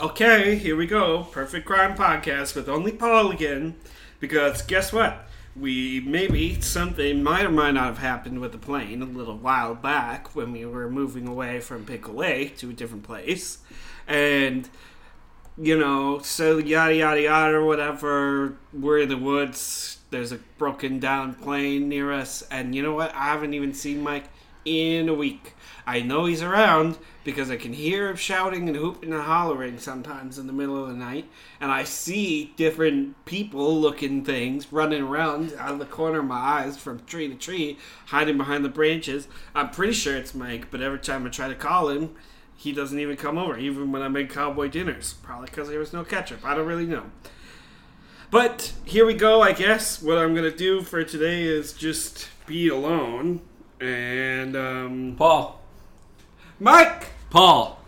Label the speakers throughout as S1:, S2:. S1: okay, here we go. Perfect Crime Podcast with only Paul again. Because guess what? We maybe something might or might not have happened with the plane a little while back when we were moving away from Pickle Lake to a different place. And, you know, so yada yada yada, whatever. We're in the woods. There's a broken down plane near us. And you know what? I haven't even seen Mike in a week. I know he's around because I can hear him shouting and hooping and hollering sometimes in the middle of the night, and I see different people looking things running around out of the corner of my eyes from tree to tree, hiding behind the branches. I'm pretty sure it's Mike, but every time I try to call him, he doesn't even come over, even when I make cowboy dinners. Probably because there was no ketchup. I don't really know. But here we go, I guess. What I'm going to do for today is just be alone. And, um.
S2: Paul,
S1: Mike!
S2: Paul,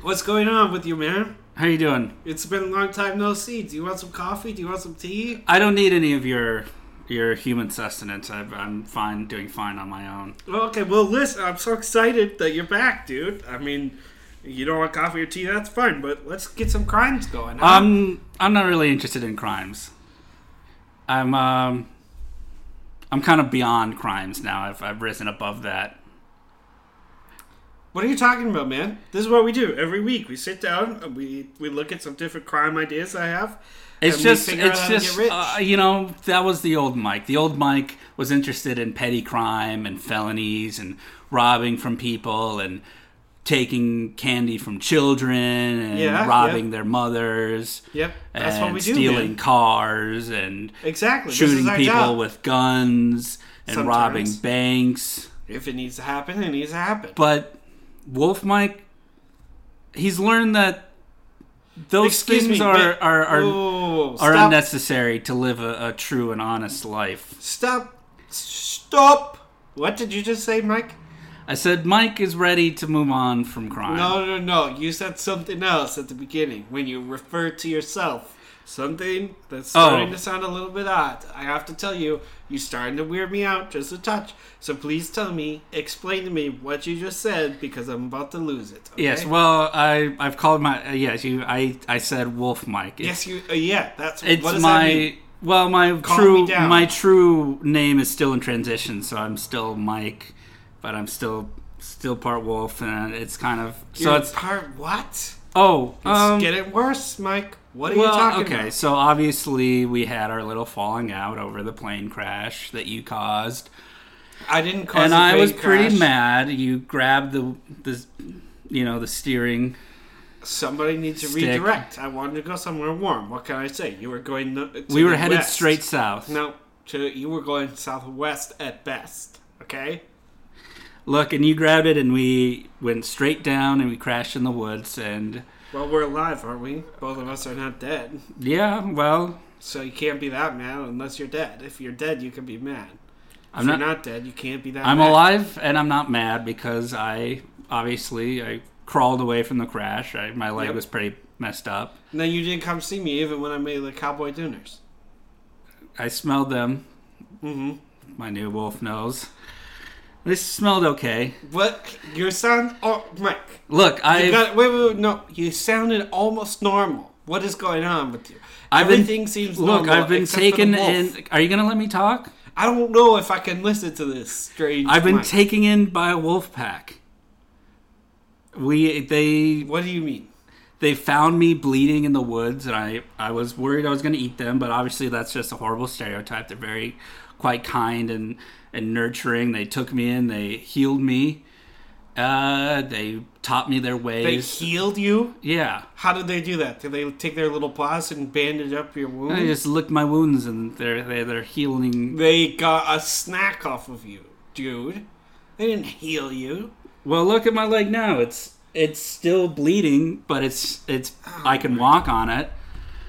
S1: What's going on with you, man?
S2: how you doing?
S1: It's been a long time no see. Do you want some coffee? Do you want some tea?
S2: I don't need any of your your human sustenance. I've, I'm fine doing fine on my own.
S1: Well, okay, well, listen, I'm so excited that you're back, dude. I mean, you don't want coffee or tea, that's fine, but let's get some crimes going. huh?
S2: Um, I'm not really interested in crimes. I'm um, I'm kind of beyond crimes now. I've I've risen above that.
S1: what are you talking about, man? This is what we do every week. We sit down, and we, we look at some different crime ideas I have.
S2: It's
S1: and we
S2: just,
S1: figure out
S2: it's
S1: how to get
S2: just,
S1: rich.
S2: uh, you know, that was the old Mike. The old Mike was interested in petty crime and felonies and robbing from people and taking candy from children and
S1: Yeah,
S2: robbing
S1: yeah.
S2: their mothers.
S1: Yep, that's what
S2: and
S1: we do.
S2: Stealing
S1: man.
S2: cars and
S1: exactly This is
S2: shooting
S1: our
S2: people
S1: job.
S2: with guns and
S1: Sometimes.
S2: robbing banks.
S1: If it needs to happen, it needs to happen.
S2: But Wolf Mike, he's learned that those
S1: Excuse
S2: things
S1: me,
S2: are,
S1: wait.
S2: are are
S1: Whoa, whoa, whoa, whoa.
S2: are
S1: Stop.
S2: unnecessary to live a, a true and honest life.
S1: Stop. Stop. What did you just say, Mike?
S2: I said Mike is ready to move on from crime.
S1: No, no, no. You said something else at the beginning when you referred to yourself. Something that's
S2: Oh.
S1: starting to sound a little bit odd. I have to tell you, you're starting to weird me out just a touch. So please tell me, explain to me what you just said because I'm about to lose it. okay?
S2: Yes, well, I I've called my uh, yes you I I said Wolf Mike.
S1: yes,
S2: It's-
S1: you. Uh, yeah, that's
S2: It's
S1: what does
S2: my
S1: that mean?
S2: well,
S1: Calm
S2: my
S1: me
S2: true
S1: down.
S2: my true name is still in transition, so I'm still Mike, but I'm still still part wolf, and it's kind of so
S1: You're
S2: it's
S1: part what?
S2: oh
S1: It's
S2: um,
S1: getting worse, Mike. What are you
S2: well,
S1: talking
S2: okay,
S1: about?
S2: so obviously we had our little falling out over the plane crash that you caused,
S1: I didn't cause
S2: and
S1: a
S2: I
S1: plane
S2: was pretty
S1: crash.
S2: mad. You grabbed the the you know the steering
S1: Somebody needs to
S2: Stick.
S1: redirect. I wanted to go somewhere warm. What can I say? You were going. no- To
S2: we were
S1: the
S2: headed
S1: west.
S2: straight south
S1: No, to you were going southwest at best. Okay.
S2: look and you grabbed it and we went straight down and we crashed in the woods and
S1: Well, we're alive, aren't we? Both of us are not dead,
S2: Yeah, well,
S1: so you can't be that mad unless you're dead. If you're dead, you can be mad.
S2: I'm
S1: if
S2: not.
S1: you're not dead, you can't be that.
S2: I'm
S1: mad.
S2: alive, and I'm not mad because I obviously I crawled away from the crash. I, my leg
S1: Yep.
S2: was pretty messed up.
S1: No, you didn't come see me even when I made the cowboy dinners.
S2: I smelled them.
S1: Mm-hmm.
S2: My new wolf nose. They smelled okay.
S1: What? Your son? Oh, Mike.
S2: Look,
S1: You
S2: I
S1: got, wait, wait, wait, no. You sounded almost normal. What is going on with you?
S2: I've been-
S1: Everything seems
S2: look.
S1: normal
S2: I've been
S1: except for the
S2: taken
S1: wolf.
S2: in. Are you gonna let me talk?
S1: I don't know if I can listen to this strange.
S2: I've been
S1: Mike.
S2: taken in by a wolf pack. We they
S1: What do you mean?
S2: they found me bleeding in the woods and I, I was worried I was going to eat them, but obviously that's just a horrible stereotype. They're very quite kind and, and nurturing. They took me in, they healed me. Uh, they taught me their
S1: They
S2: ways.
S1: healed you?
S2: yeah.
S1: How did they do that? Did they take their little paws and bandage up your wound?
S2: I just licked my wounds and they're, they're, they're healing.
S1: They got a snack off of you, dude. They didn't heal you.
S2: Well, look at my leg now. It's, it's still bleeding, but it's, it's, I can walk on it.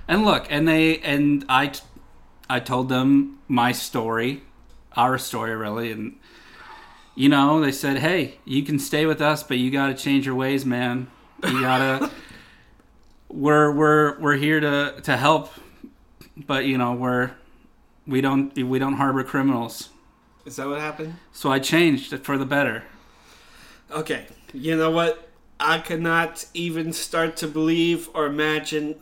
S2: And look, and they, and I, t- I told them my story, our story really, and you know they said, "Hey, you can stay with us, but you got to change your ways, man. You gotta. we're we're we're here to to help, but you know we're we don't we don't harbor criminals.
S1: Is that what happened?
S2: So I changed it for the better.
S1: Okay. You know what? I cannot even start to believe or imagine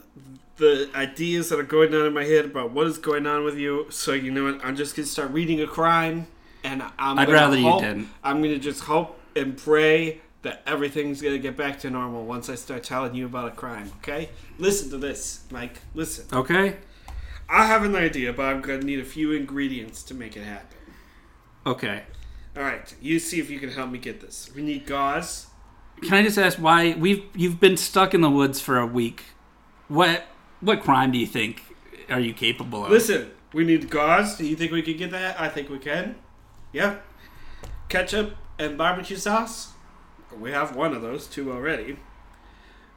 S1: the ideas that are going on in my head about what is going on with you. So you know what? I'm just gonna start reading a crime, and I'm.
S2: I'd
S1: gonna
S2: rather you
S1: hope-
S2: didn't.
S1: I'm gonna just hope and pray that everything's gonna get back to normal once I start telling you about a crime. Okay? Listen to this, Mike. Listen.
S2: Okay.
S1: I have an idea, but I'm gonna need a few ingredients to make it happen.
S2: Okay.
S1: All right, you see if you can help me get this. We need gauze.
S2: Can I just ask why we've you've been stuck in the woods for a week? What what crime do you think are you capable of?
S1: Listen, we need gauze. Do you think we can get that? I think we can. Yeah. Ketchup and barbecue sauce. We have one of those, two already.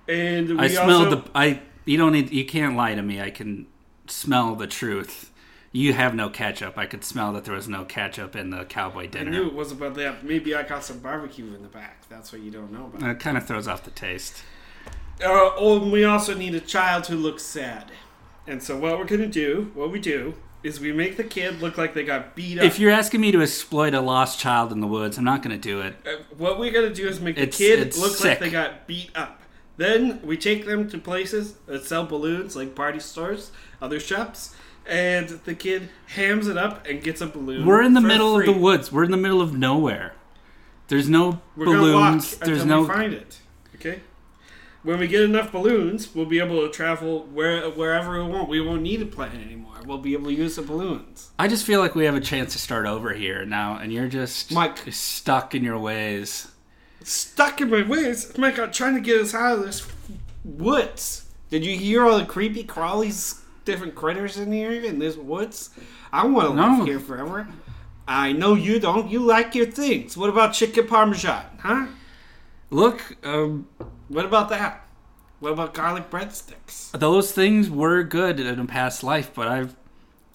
S1: And we
S2: I smell
S1: also,
S2: the I you don't need you can't lie to me. I can smell the truth. You have no ketchup. I could smell that there was no ketchup in the cowboy
S1: I
S2: dinner.
S1: knew it was about that. Maybe I got some barbecue in the back. That's what you don't know about.
S2: That kind of throws off the taste.
S1: Uh, oh, and we also need a child who looks sad. And so what we're gonna do, what we do, is we make the kid look like they got beat up.
S2: If you're asking me to exploit a lost child in the woods, I'm not going to do it.
S1: Uh, what we're gonna do is make the
S2: It's-
S1: kid
S2: it's
S1: look like
S2: sick.
S1: they got beat up. Then we take them to places that sell balloons, like party stores, other shops, and the kid hams it up and gets a balloon.
S2: We're in the
S1: for
S2: middle
S1: free.
S2: of the woods. We're in the middle of nowhere. There's no
S1: We're gonna walk
S2: balloons.
S1: until
S2: There's
S1: we
S2: no
S1: find it. Okay. When we get enough balloons, we'll be able to travel where wherever we want. We won't need a plane anymore. We'll be able to use the balloons.
S2: I just feel like we have a chance to start over here now, and you're just
S1: Mike.
S2: stuck in your ways.
S1: stuck in my ways. Mike, I'm trying to get us out of this woods. Did you hear all the creepy crawlies, different critters in here in this woods? I want to
S2: No.
S1: live here forever. I know you don't. You like your things. What about chicken parmesan, huh?
S2: Look, um,
S1: What about that? What about garlic breadsticks?
S2: those things were good in a past life, but I've,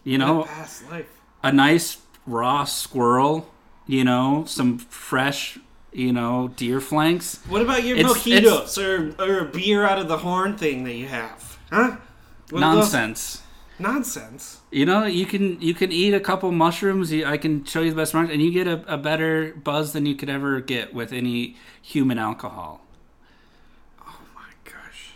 S2: you know,
S1: Past life.
S2: a nice raw squirrel, you know, some fresh, you know, deer flanks.
S1: What about your
S2: It's-
S1: mojitos or, or beer out of the horn thing that you have, huh? What about-
S2: Nonsense.
S1: Nonsense.
S2: You know, you can you can eat a couple mushrooms. You, I can show you the best mushrooms, and you get a, a better buzz than you could ever get with any human alcohol.
S1: Oh my gosh.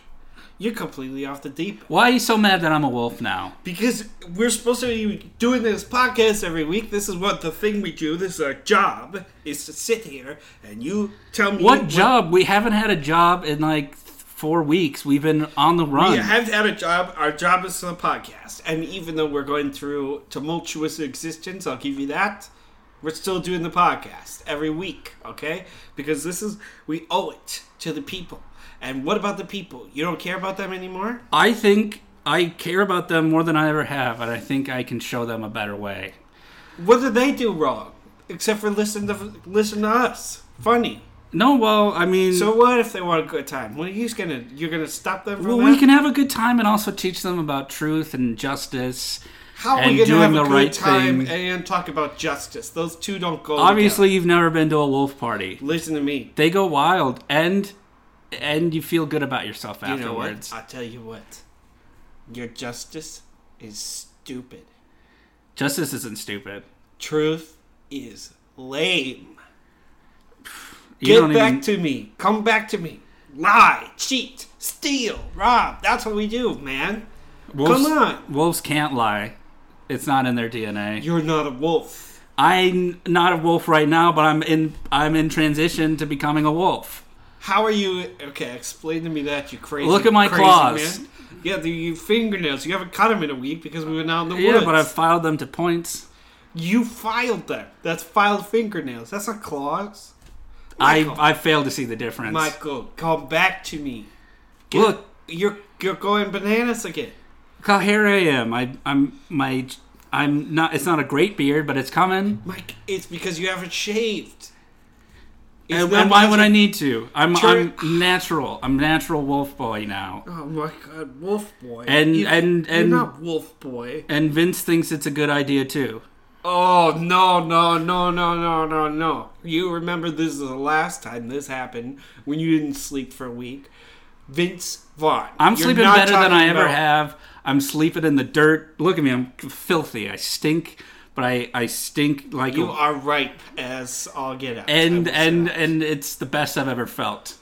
S1: You're completely off the deep
S2: Why are you so mad that I'm a wolf now?
S1: because we're supposed to be doing this podcast every week. This is what the thing we do. This is our job is to sit here and you tell me
S2: What job? We haven't had a job in like four weeks. We've been on the run.
S1: We have had a job. Our job is the podcast, and even though we're going through tumultuous existence, I'll give you that. We're still doing the podcast every week, okay? Because this is we owe it to the people. And what about the people? You don't care about them anymore?
S2: I think I care about them more than I ever have, and I think I can show them a better way.
S1: What did they do wrong? Except for listen to listen to us. Funny.
S2: No, well, I mean,
S1: So what if they want a good time? Well, he's gonna you're gonna stop them from
S2: well,
S1: that.
S2: we can have a good time and also teach them about truth and justice.
S1: How are
S2: and
S1: we gonna
S2: doing
S1: have a
S2: the
S1: good
S2: right
S1: time
S2: thing.
S1: and talk about justice? Those two don't go.
S2: Obviously, you've never been to a wolf party.
S1: together. listen to me.
S2: They go wild, and and you feel good about yourself
S1: You know what?
S2: afterwards.
S1: I tell you what. Your justice is stupid.
S2: Justice isn't stupid.
S1: Truth is lame.
S2: You
S1: Get back to me. Come back to me. Lie, cheat, steal, rob. That's what we do, man.
S2: wolves,
S1: Come on.
S2: Wolves can't lie. It's not in their DNA.
S1: You're not a wolf.
S2: I'm not a wolf right now, but I'm in I'm in transition to becoming a wolf.
S1: How are you? Okay, explain to me that you crazy.
S2: Look at my
S1: crazy
S2: claws.
S1: Man. Yeah, the, your fingernails. You haven't cut them in a week because we went out in the
S2: Yeah,
S1: woods.
S2: but I've filed them to points.
S1: you filed them. That's filed fingernails. That's not claws. Michael.
S2: I I fail to see the difference.
S1: Michael, come back to me. Get-
S2: Look
S1: you're you're going bananas again.
S2: how here I am. I I'm my I'm not. It's not a great beard, but it's coming.
S1: Mike, it's because you haven't shaved. It's
S2: And,
S1: not
S2: and why
S1: because
S2: would
S1: you-
S2: I need to? I'm
S1: Turn-
S2: I'm natural. I'm natural wolf boy now.
S1: Oh my God, Wolf Boy.
S2: And-
S1: You-
S2: and- and-
S1: you're not Wolf Boy.
S2: And Vince thinks it's a good idea too.
S1: Oh no no no no no no no! You remember this is the last time this happened when you didn't sleep for a week, Vince Vaughn.
S2: I'm
S1: you're
S2: sleeping
S1: not
S2: better than
S1: talking
S2: I ever
S1: about-
S2: have. I'm sleeping in the dirt. Look at me. I'm filthy. I stink, but I I stink like
S1: You
S2: a-
S1: are ripe as all get out. I
S2: and
S1: will say
S2: and
S1: that.
S2: and it's the best I've ever felt.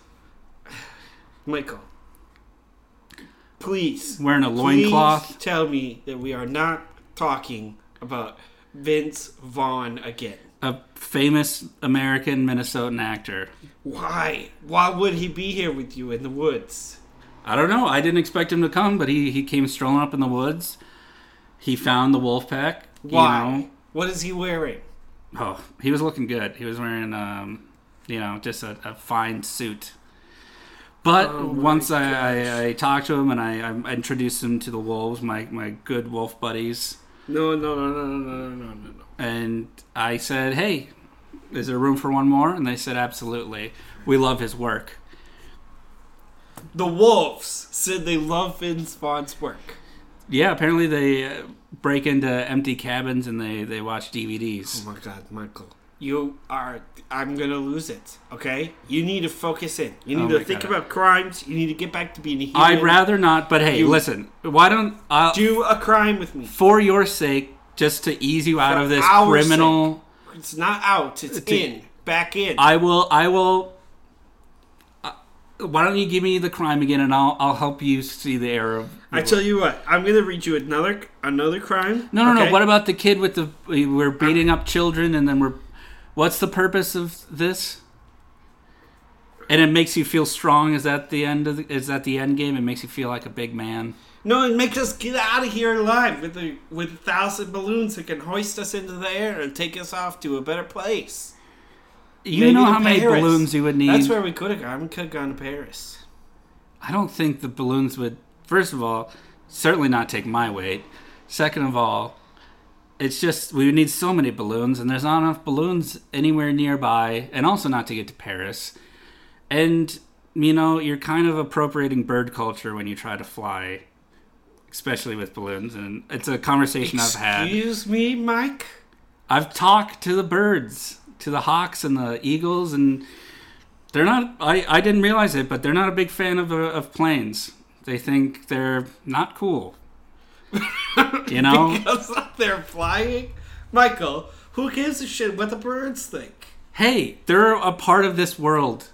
S1: Michael, please,
S2: Wearing a loincloth.
S1: please tell me that we are not talking about Vince Vaughn again.
S2: A famous American Minnesotan actor.
S1: Why? Why would he be here with you in the woods?
S2: I don't know. I didn't expect him to come, but he, he came strolling up in the woods. He found the wolf pack. you
S1: Why?
S2: know.
S1: What is he wearing?
S2: Oh, he was looking good. He was wearing, um, you know, just a, a fine suit. But
S1: Oh
S2: once I, I, I talked to him and I, I introduced him to the wolves, my, my good wolf buddies,
S1: No, no, no, no, no, no, no, no, no.
S2: and I said, "Hey, is there room for one more?" And they said, "Absolutely. We love his work."
S1: The wolves said they love Vince Vaughn's work.
S2: Yeah, apparently they uh, break into empty cabins and they they watch DVDs.
S1: Oh my god, Michael. You are. I'm gonna lose it, okay? You need to focus in. You
S2: Oh
S1: need
S2: my
S1: to think
S2: God.
S1: about crimes. You need to get back to being a human.
S2: I'd rather not, but hey,
S1: You-
S2: listen. Why don't I
S1: Do a crime with me.
S2: for your sake just to ease you out
S1: For
S2: of this
S1: our
S2: criminal
S1: It's not out, it's
S2: Do-
S1: in. Back in.
S2: I will. I will. uh, Why don't you give me the crime again, and I'll I'll help you see the error. Of,
S1: I tell you what, I'm gonna read you another another crime.
S2: no, no,
S1: okay?
S2: no. What about the kid with the? we- We're beating up children, and then we're. What's the purpose of this? And it makes you feel strong. Is that the end? Of the, is that the end game? It makes you feel like a big man.
S1: No, it makes us get out of here alive with a, with a thousand balloons that can hoist us into the air and take us off to a better place.
S2: You
S1: Maybe
S2: know
S1: to
S2: how many
S1: Paris.
S2: balloons you would need.
S1: That's where we could have gone. We could have gone to Paris.
S2: I don't think the balloons would. First of all, certainly not take my weight. Second of all, it's just we would need so many balloons, and there's not enough balloons anywhere nearby, and also not to get to Paris. And you know, you're kind of appropriating bird culture when you try to fly, especially with balloons. And it's a conversation I've had.
S1: Excuse me, Mike.
S2: I've talked to the birds, to the hawks and the eagles, and they're not. I, I didn't realize it, but they're not a big fan of uh, of planes. They think they're not cool. you know,
S1: Because they're flying, Michael. Who gives a shit what the birds think?
S2: hey, they're a part of this world.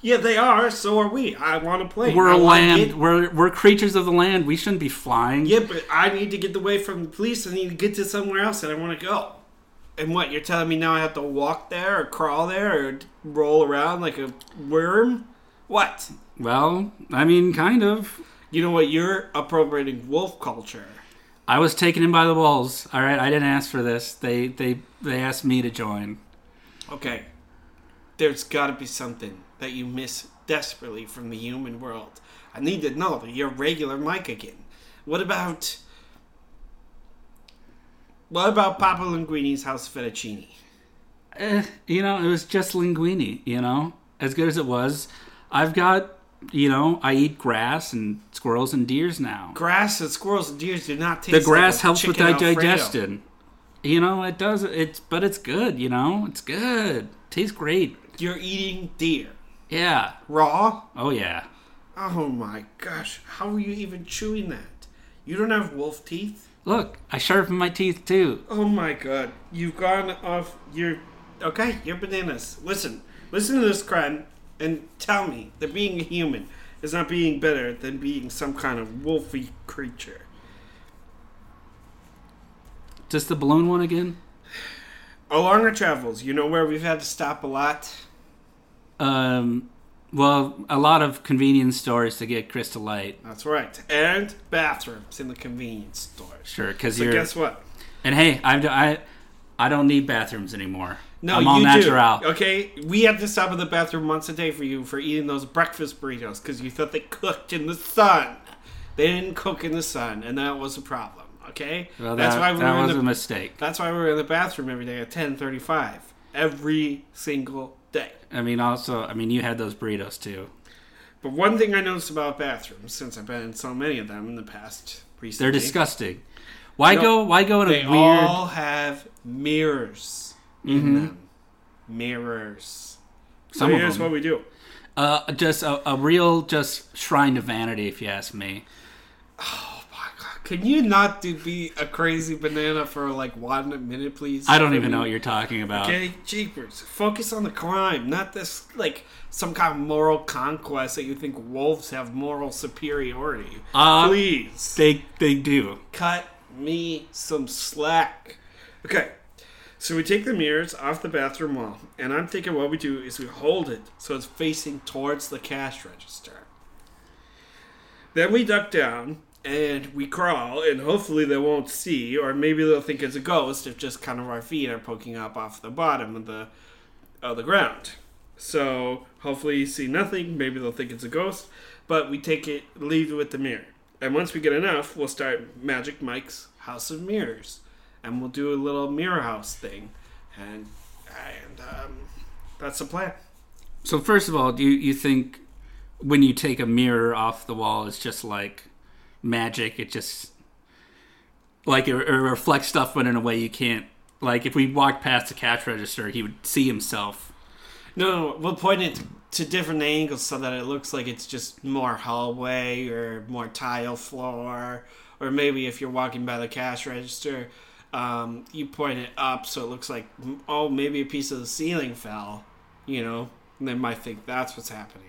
S1: Yeah, they are. So are we. I want to play.
S2: We're
S1: I
S2: a
S1: wanna
S2: land.
S1: get-
S2: We're we're creatures of the land. We shouldn't be flying.
S1: Yeah, but I need to get away from the police. I need to get to somewhere else that I want to go. And what you're telling me now? I have to walk there, or crawl there, or d- roll around like a worm? What?
S2: Well, I mean, kind of.
S1: You know what? You're appropriating wolf culture.
S2: I was taken in by the wolves. All right, I didn't ask for this. They they they asked me to join.
S1: Okay. There's got to be something that you miss desperately from the human world. I need to know that you're regular Mike again. What about. What about Papa Linguini's house fettuccine?
S2: eh, you know, it was just linguine. You know, as good as it was, I've got. You know, I eat grass and squirrels and deers now.
S1: Grass and squirrels and deers do not taste.
S2: The
S1: like
S2: grass
S1: a
S2: helps with
S1: chicken
S2: my
S1: Alfredo.
S2: digestion. You know, it does. It's but it's good. You know, it's good. Tastes great.
S1: You're eating deer
S2: Yeah.
S1: raw.
S2: Oh yeah.
S1: Oh my gosh! How are you even chewing that? You don't have wolf teeth.
S2: Look, I sharpen my teeth too.
S1: Oh my god. You've gone off your. Okay, you're bananas. Listen. Listen to this crime and tell me that being a human is not being better than being some kind of wolfy creature.
S2: Just the balloon one again.
S1: Along our travels, you know where we've had to stop a lot?
S2: Um, well, a lot of convenience stores to get Crystal Light.
S1: That's right. And bathrooms in the convenience stores.
S2: Sure, because
S1: So
S2: you're.
S1: guess what?
S2: And hey, I've, I I don't need bathrooms anymore.
S1: No,
S2: I'm all
S1: you
S2: natural.
S1: do. Okay, we have to stop at the bathroom once a day for you for eating those breakfast burritos because you thought they cooked in the sun. They didn't cook in the sun, and that was a problem. Okay,
S2: Well,
S1: that's
S2: that,
S1: why we
S2: that
S1: were in
S2: was
S1: the
S2: a mistake.
S1: that's why we were in the bathroom every day at ten thirty five every single day.
S2: I mean, also, I mean, you had those burritos too.
S1: But one thing I noticed about bathrooms since I've been in so many of them in the past recently,
S2: They're disgusting. Why
S1: No,
S2: go? Why go in a
S1: They
S2: weird? Mm-hmm.
S1: all have mirrors in them. Mirrors.
S2: Some
S1: so
S2: of
S1: here's
S2: them.
S1: what we do.
S2: uh, just a, a real just shrine to vanity, if you ask me.
S1: Oh my god, Can you not do be a crazy banana for like one minute, please?
S2: I don't even know what you're talking about.
S1: Okay, jeepers. Focus on the crime, not this like some kind of moral conquest that you think wolves have moral superiority.
S2: Uh,
S1: please
S2: They they do.
S1: cut me some slack. Okay. So we take the mirrors off the bathroom wall, and I'm thinking what we do is we hold it so it's facing towards the cash register. Then we duck down and we crawl, and hopefully they won't see, or maybe they'll think it's a ghost if just kind of our feet are poking up off the bottom of the of the ground. So hopefully you see nothing. Maybe they'll think it's a ghost, but we take it, leave it with the mirror, and once we get enough, we'll start Magic Mike's House of Mirrors, and we'll do a little mirror house thing, and and um, that's the plan.
S2: So first of all, do you, you think when you take a mirror off the wall, it's just like magic? It just like it, it reflects stuff, but in a way you can't. Like if we walked past the cash register, he would see himself.
S1: No, no, we'll point it to different angles so that it looks like it's just more hallway or more tile floor, or maybe if you're walking by the cash register, um, you point it up so it looks like mm, oh maybe a piece of the ceiling fell, you know, and they might think that's what's happening.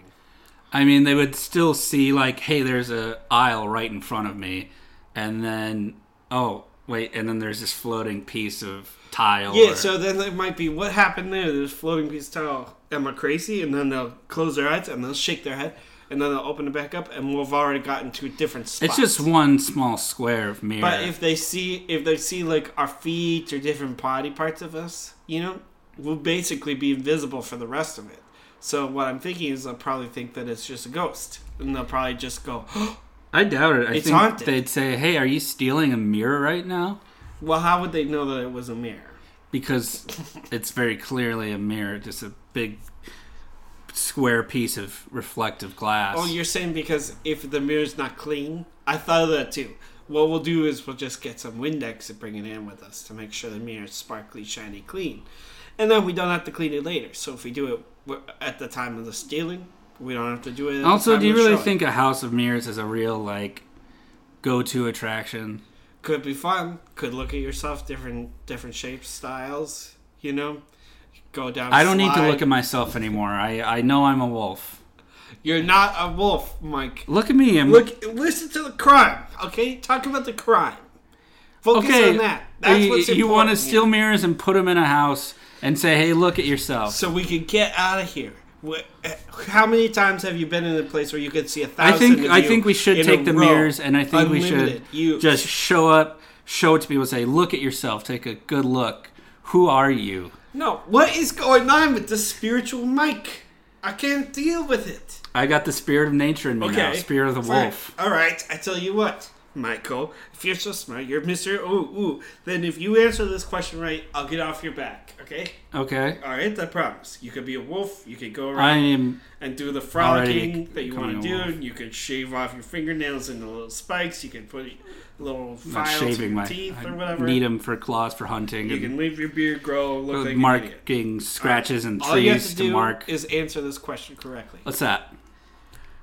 S2: I mean, they would still see like, hey, there's a aisle right in front of me, and then oh wait, and then there's this floating piece of tile.
S1: Yeah,
S2: or-
S1: so then it might be what happened there. There's floating piece of towel. Am I crazy? And then they'll close their eyes and they'll shake their head and then they'll open it back up and we've already gotten to a different spot.
S2: it's just one small square of mirror.
S1: But if they see if they see like our feet or different body parts of us, you know, we'll basically be invisible for the rest of it. So what I'm thinking is they'll probably think that it's just a ghost, and they'll probably just go,
S2: I doubt it. I
S1: It's
S2: think
S1: haunted.
S2: they'd say, "Hey, are you stealing a mirror right now?"
S1: "Well, how would they know that it was a mirror?"
S2: Because it's very clearly a mirror, just a big square piece of reflective glass.
S1: Oh, you're saying because if the mirror's not clean, I thought of that too. What we'll do is we'll just get some Windex and bring it in with us to make sure the mirror's sparkly, shiny, clean, and then we don't have to clean it later. So if we do it w- at the time of the stealing, we don't have to do it. At the
S2: also,
S1: time
S2: do you
S1: of
S2: really
S1: showing.
S2: think a house of mirrors is a real like go-to attraction?
S1: could be fun. Could look at yourself different different shapes, styles. You know, go down.
S2: I don't need to look at myself anymore. I I know I'm a wolf.
S1: You're not a wolf, Mike.
S2: Look at me. I'm
S1: Look, listen to the crime. Okay, talk about the crime. Focus
S2: okay.
S1: on that. That's
S2: you
S1: what's important.
S2: you want to
S1: here.
S2: steal mirrors and put them in a house and say, "Hey, look at yourself."
S1: so we can get out of here. Wh- eh, How many times have you been in a place where you could see a
S2: I
S1: thousand?
S2: think
S1: of
S2: I
S1: you
S2: think we should
S1: in a
S2: take the
S1: row?
S2: mirrors, and I think
S1: Unlimited.
S2: we
S1: You-
S2: should just show up, show it to people, say, "Look at yourself. Take a good look. Who are you?"
S1: No, what is going on with the spiritual Mike? I can't deal with it.
S2: I got the spirit of nature in me now, spirit of the
S1: fine.
S2: wolf.
S1: All right, I tell you what, Michael, if you're so smart, you're Mister Ooh Ooh. Then if you answer this question right, I'll get off your back. Okay.
S2: Okay,
S1: All right, I promise. You could be a wolf. You could go
S2: I
S1: around
S2: am.
S1: and do the
S2: Already
S1: frolicking that you want to
S2: becoming a
S1: do.
S2: wolf.
S1: You could shave off your fingernails into little spikes. You could put little
S2: Not
S1: files in your
S2: shaving my
S1: teeth
S2: I
S1: or whatever.
S2: Need them for claws for hunting
S1: you
S2: and
S1: can leave your beard grow, look like an idiot.
S2: marking scratches and
S1: All you have
S2: trees
S1: to
S2: to,
S1: do
S2: mark.
S1: is answer this question correctly.
S2: What's that?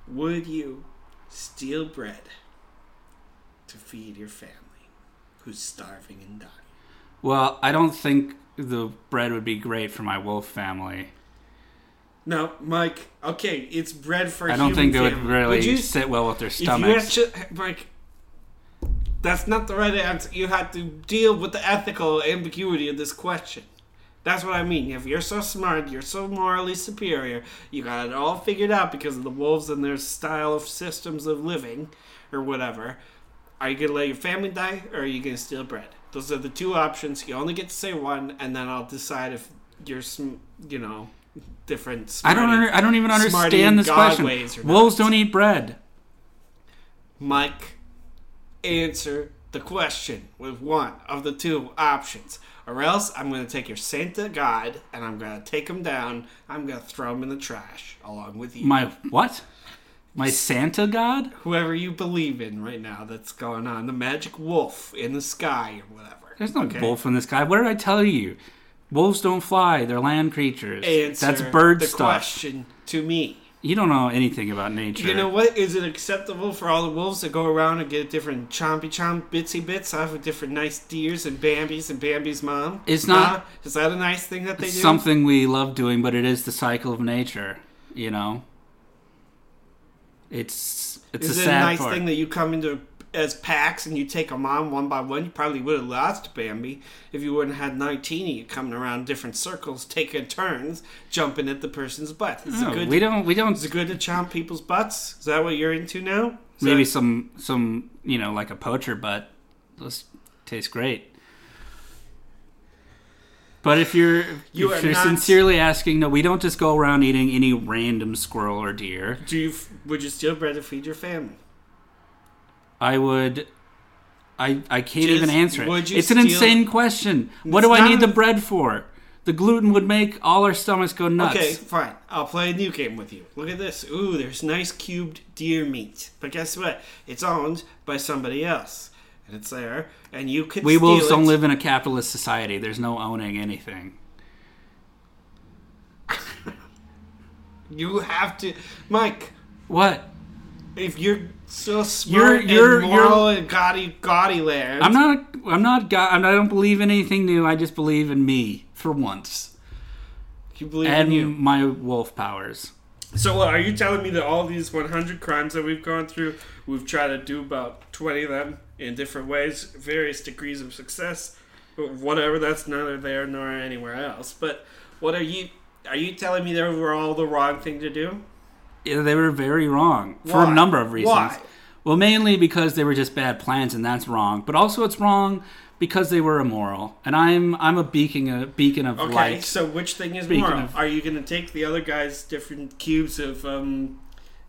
S1: Would you steal bread to feed your family who's starving and dying?
S2: Well, I don't think the bread would be great for my wolf family.
S1: No, Mike. Okay, it's bread for.
S2: I don't think it
S1: family.
S2: would really
S1: Would you,
S2: sit well with their
S1: if
S2: stomachs.
S1: you actually, Mike, that's not the right answer. You have to deal with the ethical ambiguity of this question. That's what I mean. If you're so smart, you're so morally superior, you got it all figured out because of the wolves and their style of systems of living, or whatever. Are you gonna let your family die, or are you gonna steal bread? Those are the two options. You only get to say one, and then I'll decide if you're, sm- you know, different.
S2: I don't.
S1: smarty-
S2: Under, I don't even
S1: smarty
S2: understand this
S1: God ways or
S2: question.
S1: not.
S2: Wolves don't eat bread.
S1: Mike, answer the question with one of the two options. Or else I'm going to take your saint to God and I'm going to take him down. I'm going to throw him in the trash along with you.
S2: My what? My Santa God?
S1: Whoever you believe in right now that's going on, the magic wolf in the sky or whatever.
S2: There's no wolf in the sky. What did I tell you? Wolves don't fly. They're land creatures.
S1: Answer
S2: That's bird
S1: the
S2: stuff.
S1: question to me.
S2: You don't know anything about nature.
S1: You know what? Is it acceptable for all the wolves to go around and get different chompy chomp bitsy bits off of different nice deers and Bambies and Bambi's mom?
S2: It's
S1: Huh?
S2: not-
S1: Is that a nice thing that they
S2: It's
S1: do?
S2: something we love doing, but it is the cycle of nature. You know, it's it's
S1: Is
S2: a
S1: it a
S2: sad
S1: nice
S2: part.
S1: thing that you come into as packs and you take them on one by one? You probably would have lost Bambi if you wouldn't have had Ninetini coming around different circles, taking turns, jumping at the person's butt. Is
S2: No,
S1: it good?
S2: we don't we don't
S1: is it good to chomp people's butts? Is that what you're into now? Is
S2: maybe
S1: that-
S2: some some you know like a poacher butt those taste great but if you're
S1: You
S2: if
S1: are
S2: you're
S1: not-
S2: sincerely asking no we don't just go around eating any random squirrel or deer
S1: do you f- would you still rather feed your family?
S2: i would i i can't
S1: Just-
S2: even answer it
S1: would you
S2: it's an
S1: steal-
S2: insane question what
S1: It's
S2: do i
S1: not
S2: need
S1: a-
S2: the bread for the gluten would make all our stomachs go nuts
S1: Okay, fine. I'll play a new game with you. Look at this. Ooh, there's nice cubed deer meat. But guess what? It's owned by somebody else. And it's there. And you could
S2: we
S1: steal
S2: wolves don't
S1: it.
S2: live in a capitalist society there's no owning anything
S1: You have to Mike,
S2: what
S1: if you're so
S2: You're-
S1: smart
S2: you're-
S1: and moral and gaudy gaudy land.
S2: I'm not. I'm not. go- I'm- I don't believe in anything new. I just believe in me for once
S1: you believe
S2: and
S1: in you.
S2: my wolf powers.
S1: So what, are you telling me that all these 100 crimes that we've gone through, we've tried to do about 20 of them in different ways, various degrees of success, but whatever. That's neither there nor anywhere else. But what are you? Are you telling me they were all the wrong thing to do?
S2: Yeah, They were very wrong for
S1: Why?
S2: a number of reasons.
S1: Why?
S2: Well, mainly because they were just bad plans, and that's wrong. But also, it's wrong because they were immoral. And I'm I'm a beacon a beacon of
S1: Okay,
S2: light.
S1: so which thing is
S2: Speaking
S1: moral?
S2: of-
S1: Are you going to take the other guy's different cubes of um,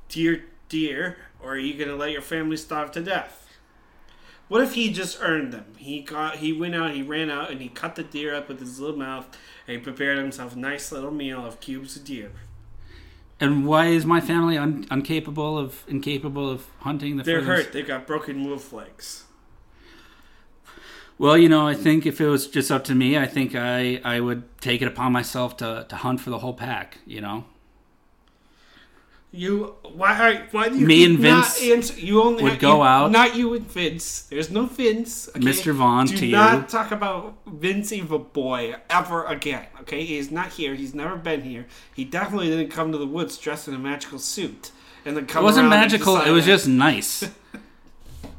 S1: deer, deer, or are you going to let your family starve to death? What if he just earned them? He got, he went out, he ran out, and he cut the deer up with his little mouth, and he prepared himself a nice little meal of cubes of deer.
S2: And why is my family un- incapable of incapable of hunting the?
S1: They're
S2: pheasants?
S1: hurt. They've got broken wolf legs.
S2: Well, you know, I think if it was just up to me, I think I I would take it upon myself to to hunt for the whole pack. You know.
S1: You why are why do you
S2: Me
S1: keep
S2: and Vince
S1: not answer, you only
S2: would
S1: you-
S2: go out.
S1: Not you and Vince. There's no Vince. okay?
S2: Mr. Vaughn
S1: Do
S2: to you.
S1: not talk about Vince Evil Boy ever again. Okay, he's not here. He's never been here. He definitely didn't come to the woods dressed in a magical suit. And then come
S2: It wasn't
S1: around and
S2: magical. It was
S1: decide-
S2: just nice.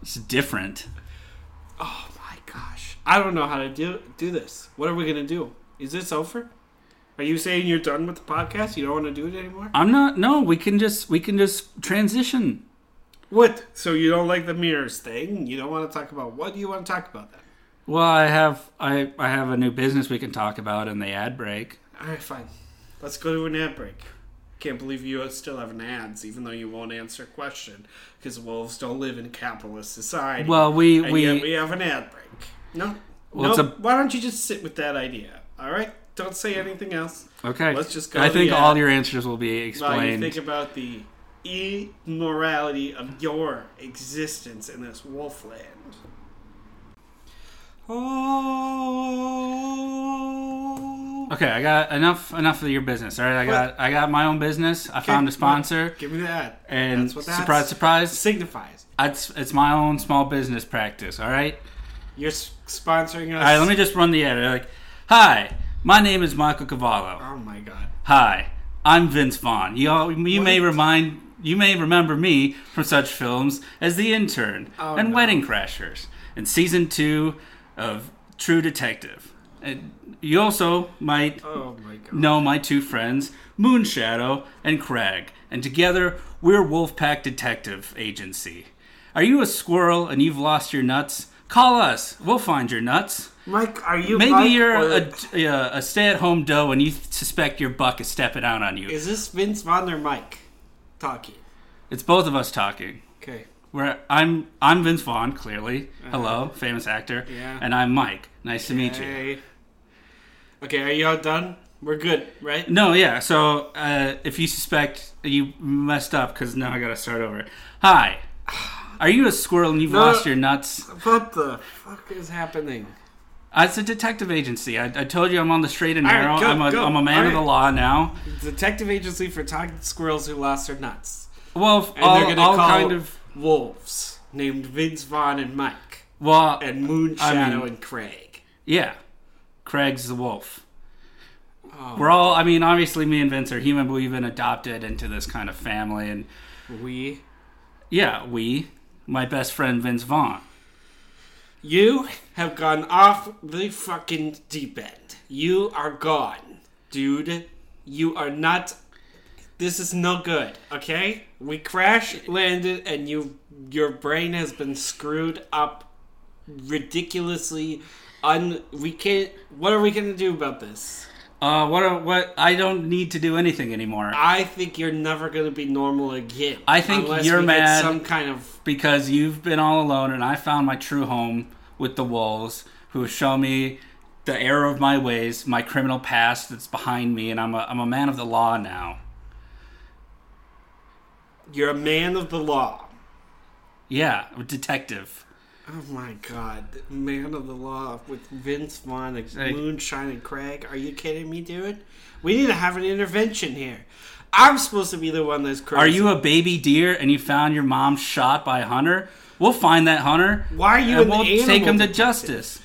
S2: it's different.
S1: Oh my gosh! I don't know how to do do this. What are we gonna do? Is this over? Are you saying you're done with the podcast? You don't want to do it anymore?
S2: I'm not. No, we can just we can just transition.
S1: What? So you don't like the mirrors thing? You don't want to talk about what do you want to talk about then?
S2: Well, I have I I have a new business we can talk about in the ad break.
S1: All right, fine. Let's go to an ad break. Can't believe you still have an ads, even though you won't answer a question, because wolves don't live in a capitalist society.
S2: Well, we
S1: and
S2: we
S1: yet we have an ad break. No,
S2: Well, it's
S1: no.
S2: a-
S1: Why don't you just sit with that idea? All right, don't say anything else.
S2: okay.
S1: Let's just go
S2: I
S1: to the
S2: think
S1: ad.
S2: all your answers will be
S1: While you
S2: explained.
S1: think about the immorality of your existence in this wolf land. Oh.
S2: okay, I got enough enough of your business. All right, I got I got my own business. I found a sponsor.
S1: Give me that.
S2: And
S1: That's what that's-
S2: surprise, surprise!
S1: signifies.
S2: It's it's my own small business practice. All right.
S1: You're s- sponsoring us.
S2: All right. Let me just run the ad. Like, hi, my name is Michael Cavallo.
S1: oh my god.
S2: Hi, I'm Vince Vaughn. You, all, you may
S1: What?
S2: remind you may remember me from such films as The Intern
S1: Oh,
S2: and
S1: no.
S2: Wedding Crashers and season two of True Detective. And you also might
S1: Oh my god.
S2: know my two friends, Moonshadow and Crag, and together we're Wolfpack Detective Agency. Are you a squirrel and you've lost your nuts? Call us. We'll find your nuts.
S1: Mike, are you?
S2: Maybe
S1: Mike,
S2: you're
S1: or-
S2: a, uh, a, a stay-at-home doe and you suspect your buck is stepping out on you.
S1: Is this Vince Vaughn or Mike talking?
S2: It's both of us talking.
S1: Okay.
S2: Where I'm, I'm Vince Vaughn, clearly. Hello, famous actor.
S1: Uh-huh. Yeah.
S2: And I'm Mike. Nice to meet you.
S1: Hey. Okay. Are you all done? We're good, right?
S2: No, yeah. So uh, if you suspect you messed up, because now I got to start over. Hi. Are you a squirrel and you've
S1: No.
S2: lost your nuts? Uh,
S1: What the fuck is happening?
S2: It's a detective agency. I, I told you I'm on the straight and
S1: All right,
S2: narrow.
S1: go,
S2: I'm, a,
S1: go.
S2: am a man
S1: All
S2: of the
S1: right.
S2: law now.
S1: Detective agency for talking squirrels who lost their nuts.
S2: Well, f-
S1: And
S2: all,
S1: they're going to
S2: all
S1: call
S2: kind of.
S1: wolves named Vince Vaughn and Mike
S2: Well,
S1: and Moonshadow
S2: I mean-
S1: and Craig.
S2: yeah. Craig's the wolf. We're all. I mean, obviously, me and Vince are human, but we've been adopted into this kind of family, and
S1: We,
S2: yeah, we. My best friend Vince Vaughn.
S1: you have gone off the fucking deep end. You are gone, dude. You are not. This is no good. Okay, we crash landed, and you, your brain has been screwed up ridiculously. Un, we can't. What are we gonna do about this?
S2: Uh, what? Are, what? I don't need to do anything anymore
S1: I think you're never gonna be normal again.
S2: I think
S1: unless
S2: you're
S1: we get
S2: mad-
S1: Some kind of
S2: because you've been all alone, and I found my true home with the wolves, who show me the error of my ways, my criminal past that's behind me, and I'm a I'm a man of the law now.
S1: you're a man of the law.
S2: Yeah, I'm a detective.
S1: Oh my god, man of the law with Vince Vaughn and
S2: Hey.
S1: Moonshine and Craig. Are you kidding me, dude? We need to have an intervention here. I'm supposed to be the one that's crazy.
S2: Are you a baby deer and you found your mom shot by a hunter? We'll find that hunter.
S1: Why are you
S2: and
S1: an
S2: we'll
S1: animal
S2: take him to
S1: detective?
S2: justice.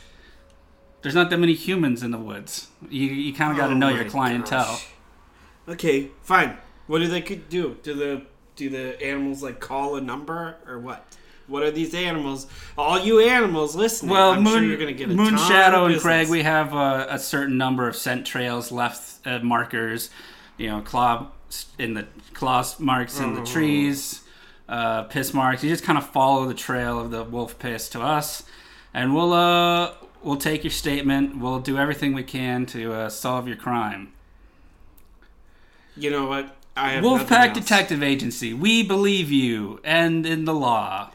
S2: There's not that many humans in the woods. You you kind of got to
S1: Oh
S2: know
S1: my
S2: your clientele.
S1: gosh. Okay, fine. What do they could do? Do the do the animals like call a number or what? What are these animals? All you animals listening.
S2: Well,
S1: I'm
S2: Moon,
S1: sure you're gonna get a ton
S2: Moon
S1: of
S2: Shadow and
S1: business.
S2: Craig, we have uh, a, a certain number of scent trails left uh, markers, you know, claw s- in the claw s- marks
S1: Oh.
S2: in the trees, uh, piss marks. You just kind of follow the trail of the wolf piss to us, and we'll uh, we'll take your statement. We'll do everything we can to uh, solve your crime.
S1: You know what? I have nothing
S2: Wolfpack
S1: else.
S2: Detective Agency, we believe you and in the law.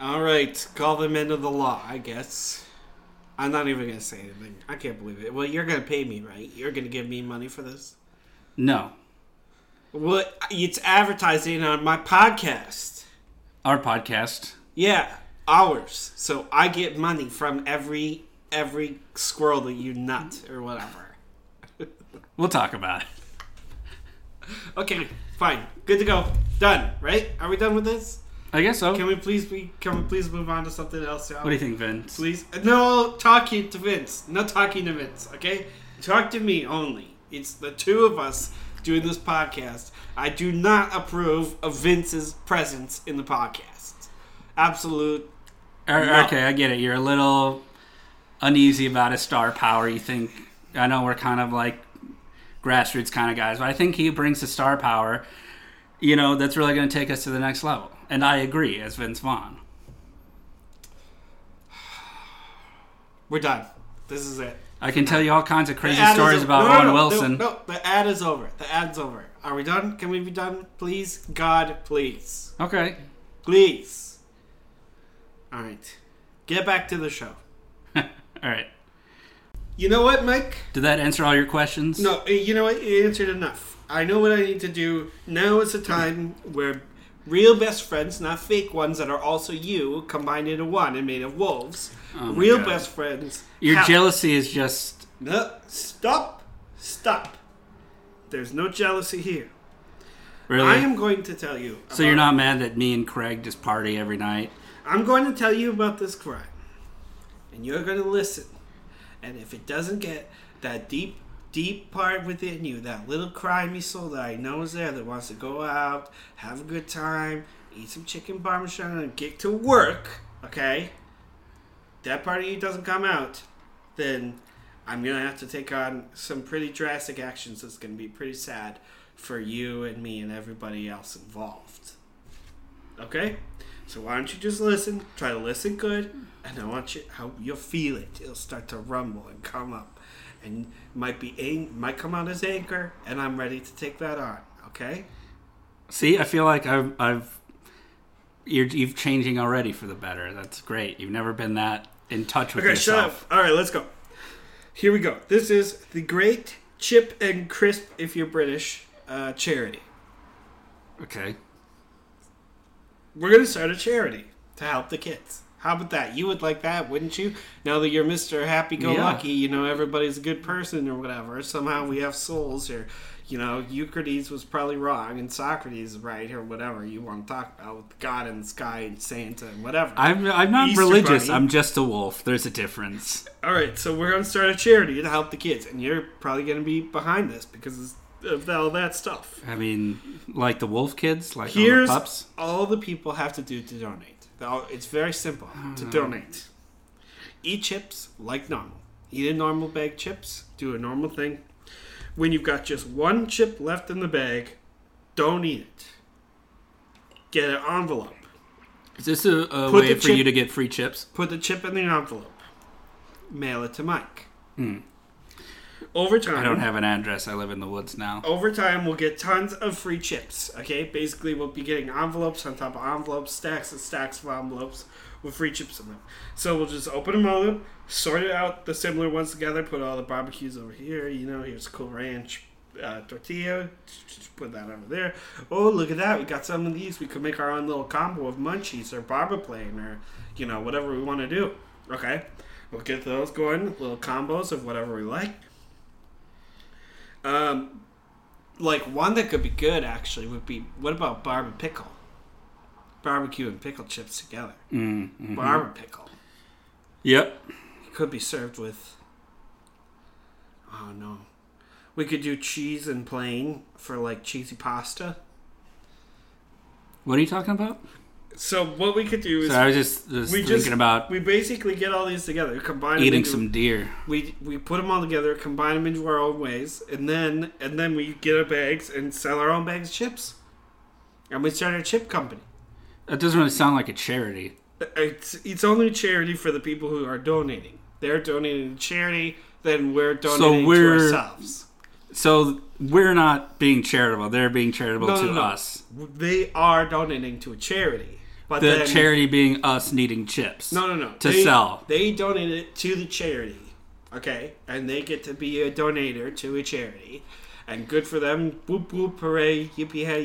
S1: All right, call them into the law, I guess. I'm not even gonna say anything. I can't believe it. Well, you're gonna pay me, right? You're gonna give me money for this.
S2: No,
S1: Well, it's advertising on my podcast.
S2: our podcast.
S1: Yeah, ours. So I get money from every every squirrel that you nut or whatever.
S2: We'll talk about it.
S1: Okay, fine. Good to go. Done. Right? Are we done with this?
S2: I guess so.
S1: Can we please be? Can we please move on to something else? Al?
S2: What do you think, Vince?
S1: Please, no talking to Vince. No talking to Vince. Okay, talk to me only. It's the two of us doing this podcast. I do not approve of Vince's presence in the podcast. Absolute.
S2: Er,
S1: No.
S2: Okay, I get it. You're a little uneasy about his star power. You think I know we're kind of like grassroots kind of guys, but I think he brings the star power. You know, that's really going to take us to the next level. And I agree, as Vince Vaughn.
S1: We're done. This is it.
S2: I can tell you all kinds of
S1: The
S2: crazy
S1: ad is
S2: stories
S1: o-
S2: about
S1: No, no,
S2: Owen
S1: no,
S2: Wilson.
S1: No, no, the ad is over. The ad's over. Are we done? Can we be done? Please, God, please,
S2: Okay.
S1: please. All right, get back to the show.
S2: all right.
S1: You know what, Mike?
S2: Did that answer all your questions?
S1: No, uh, you know what? You answered enough. I know what I need to do. Now is the time where real best friends, not fake ones that are also you, combined into one and made of wolves.
S2: Oh my
S1: real
S2: God.
S1: best friends.
S2: Your
S1: help.
S2: jealousy is just.
S1: No, stop. Stop. There's no jealousy here.
S2: Really?
S1: I am going to tell you.
S2: so you're
S1: about-
S2: not mad that me and Craig just party every night?
S1: I'm going to tell you about this crime. And you're going to listen. And if it doesn't get that deep, deep part within you, that little crimey soul that I know is there that wants to go out, have a good time, eat some chicken parmesan, and get to work, okay? That part of you doesn't come out, then I'm going to have to take on some pretty drastic actions that's going to be pretty sad for you and me and everybody else involved. Okay? So why don't you just listen? Try to listen good, and I want you how you'll feel it. It'll start to rumble and come up, and might be ang- might come out as anger, and I'm ready to take that on. Okay?
S2: See, I feel like I've, I've you're, you've changing already for the better. That's great. You've never been that in touch with
S1: Okay, shut
S2: yourself.
S1: up. All right, let's go. Here we go. This is the Great Chip and Crisp, if you're British, uh, charity.
S2: Okay,
S1: We're gonna start a charity to help the kids, How about that? You would like that, wouldn't you? Now that you're Mr. Happy Go
S2: Yeah.
S1: Lucky, you know, everybody's a good person or whatever. Somehow we have souls here. You know, Eucrates was probably wrong and Socrates is right or whatever you want to talk about with God in the sky and Santa and whatever.
S2: I'm, I'm not
S1: Easter
S2: religious.
S1: Bunny.
S2: I'm just a wolf. There's a difference.
S1: All right, so we're going to start a charity to help the kids, and you're probably going to be behind this because of all that stuff.
S2: I mean, like the wolf kids, like all the
S1: Here's
S2: pups.
S1: all the people have to do to donate. They'll- It's very simple to donate. Eat chips like normal. Eat a normal bag chips. Do a normal thing. When you've got just one chip left in the bag, don't eat it. Get an envelope.
S2: Is this a, a
S1: Put
S2: way
S1: the
S2: for
S1: chip-
S2: you to get free chips?
S1: Put the chip in the envelope. Mail it to Mike. Over time,
S2: Hmm. I don't have an address. I live in the woods now.
S1: Over time, we'll get tons of free chips. Okay, basically, we'll be getting envelopes on top of envelopes, stacks and stacks of envelopes with free chips in them. So we'll just open them all up, sort out the similar ones together, put all the barbecues over here. You know, here's Cool Ranch uh, tortilla. Just Put that over there. Oh, look at that! We got some of these. We could make our own little combo of munchies or barber plane or you know whatever we want to do. Okay, we'll get those going. Little combos of whatever we like. Um, like one that could be good actually would be what about barb and pickle barbecue and pickle chips together
S2: Mm, mhm.
S1: barb and pickle
S2: Yep.
S1: it could be served with oh no we could do cheese and plain for like cheesy pasta
S2: What are you talking about?
S1: so what we could do is
S2: So I was just, just
S1: we
S2: thinking
S1: just-
S2: about
S1: we basically get all these together combine them
S2: eating
S1: into-
S2: some deer.
S1: we we put them all together combine them into our own ways and then and then we get our bags and sell our own bags of chips and we start our chip company
S2: That doesn't really sound like a charity.
S1: It's it's only charity for the people who are donating. They're donating to charity, then we're donating
S2: we're-
S1: to ourselves.
S2: So we're not being charitable. They're being charitable
S1: No,
S2: to
S1: no, no.
S2: us.
S1: They are donating to a charity, but
S2: The
S1: then,
S2: charity being us needing chips.
S1: No, no, no.
S2: To
S1: They-
S2: sell.
S1: They donate it to the charity, okay, and they get to be a donator to a charity, and good for them. Whoop whoop hooray! Yippee hey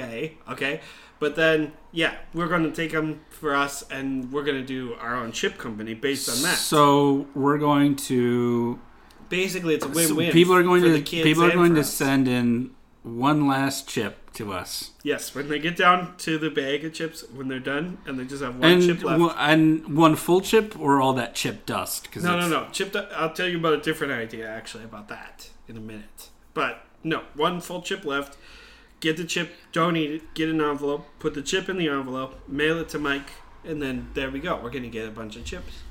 S1: yay! Okay, but then yeah, we're gonna take them for us, and we're gonna do our own chip company based on that.
S2: So we're going to
S1: basically it's a
S2: so
S1: win-win.
S2: people are going
S1: for
S2: to
S1: the kids
S2: people are
S1: and
S2: going
S1: for
S2: to
S1: us.
S2: send in one last chip to us.
S1: Yes, when they get down to the bag of chips, when they're done, and they just have one
S2: And
S1: chip left.
S2: one- and one full chip or all that chip dust cuz
S1: no, no, no. Chip. du- I'll tell you about a different idea actually about that in a minute. But no, one full chip left. Get the chip. Don't eat it. Get an envelope. Put the chip in the envelope. Mail it to Mike, and then there we go. We're gonna get a bunch of chips.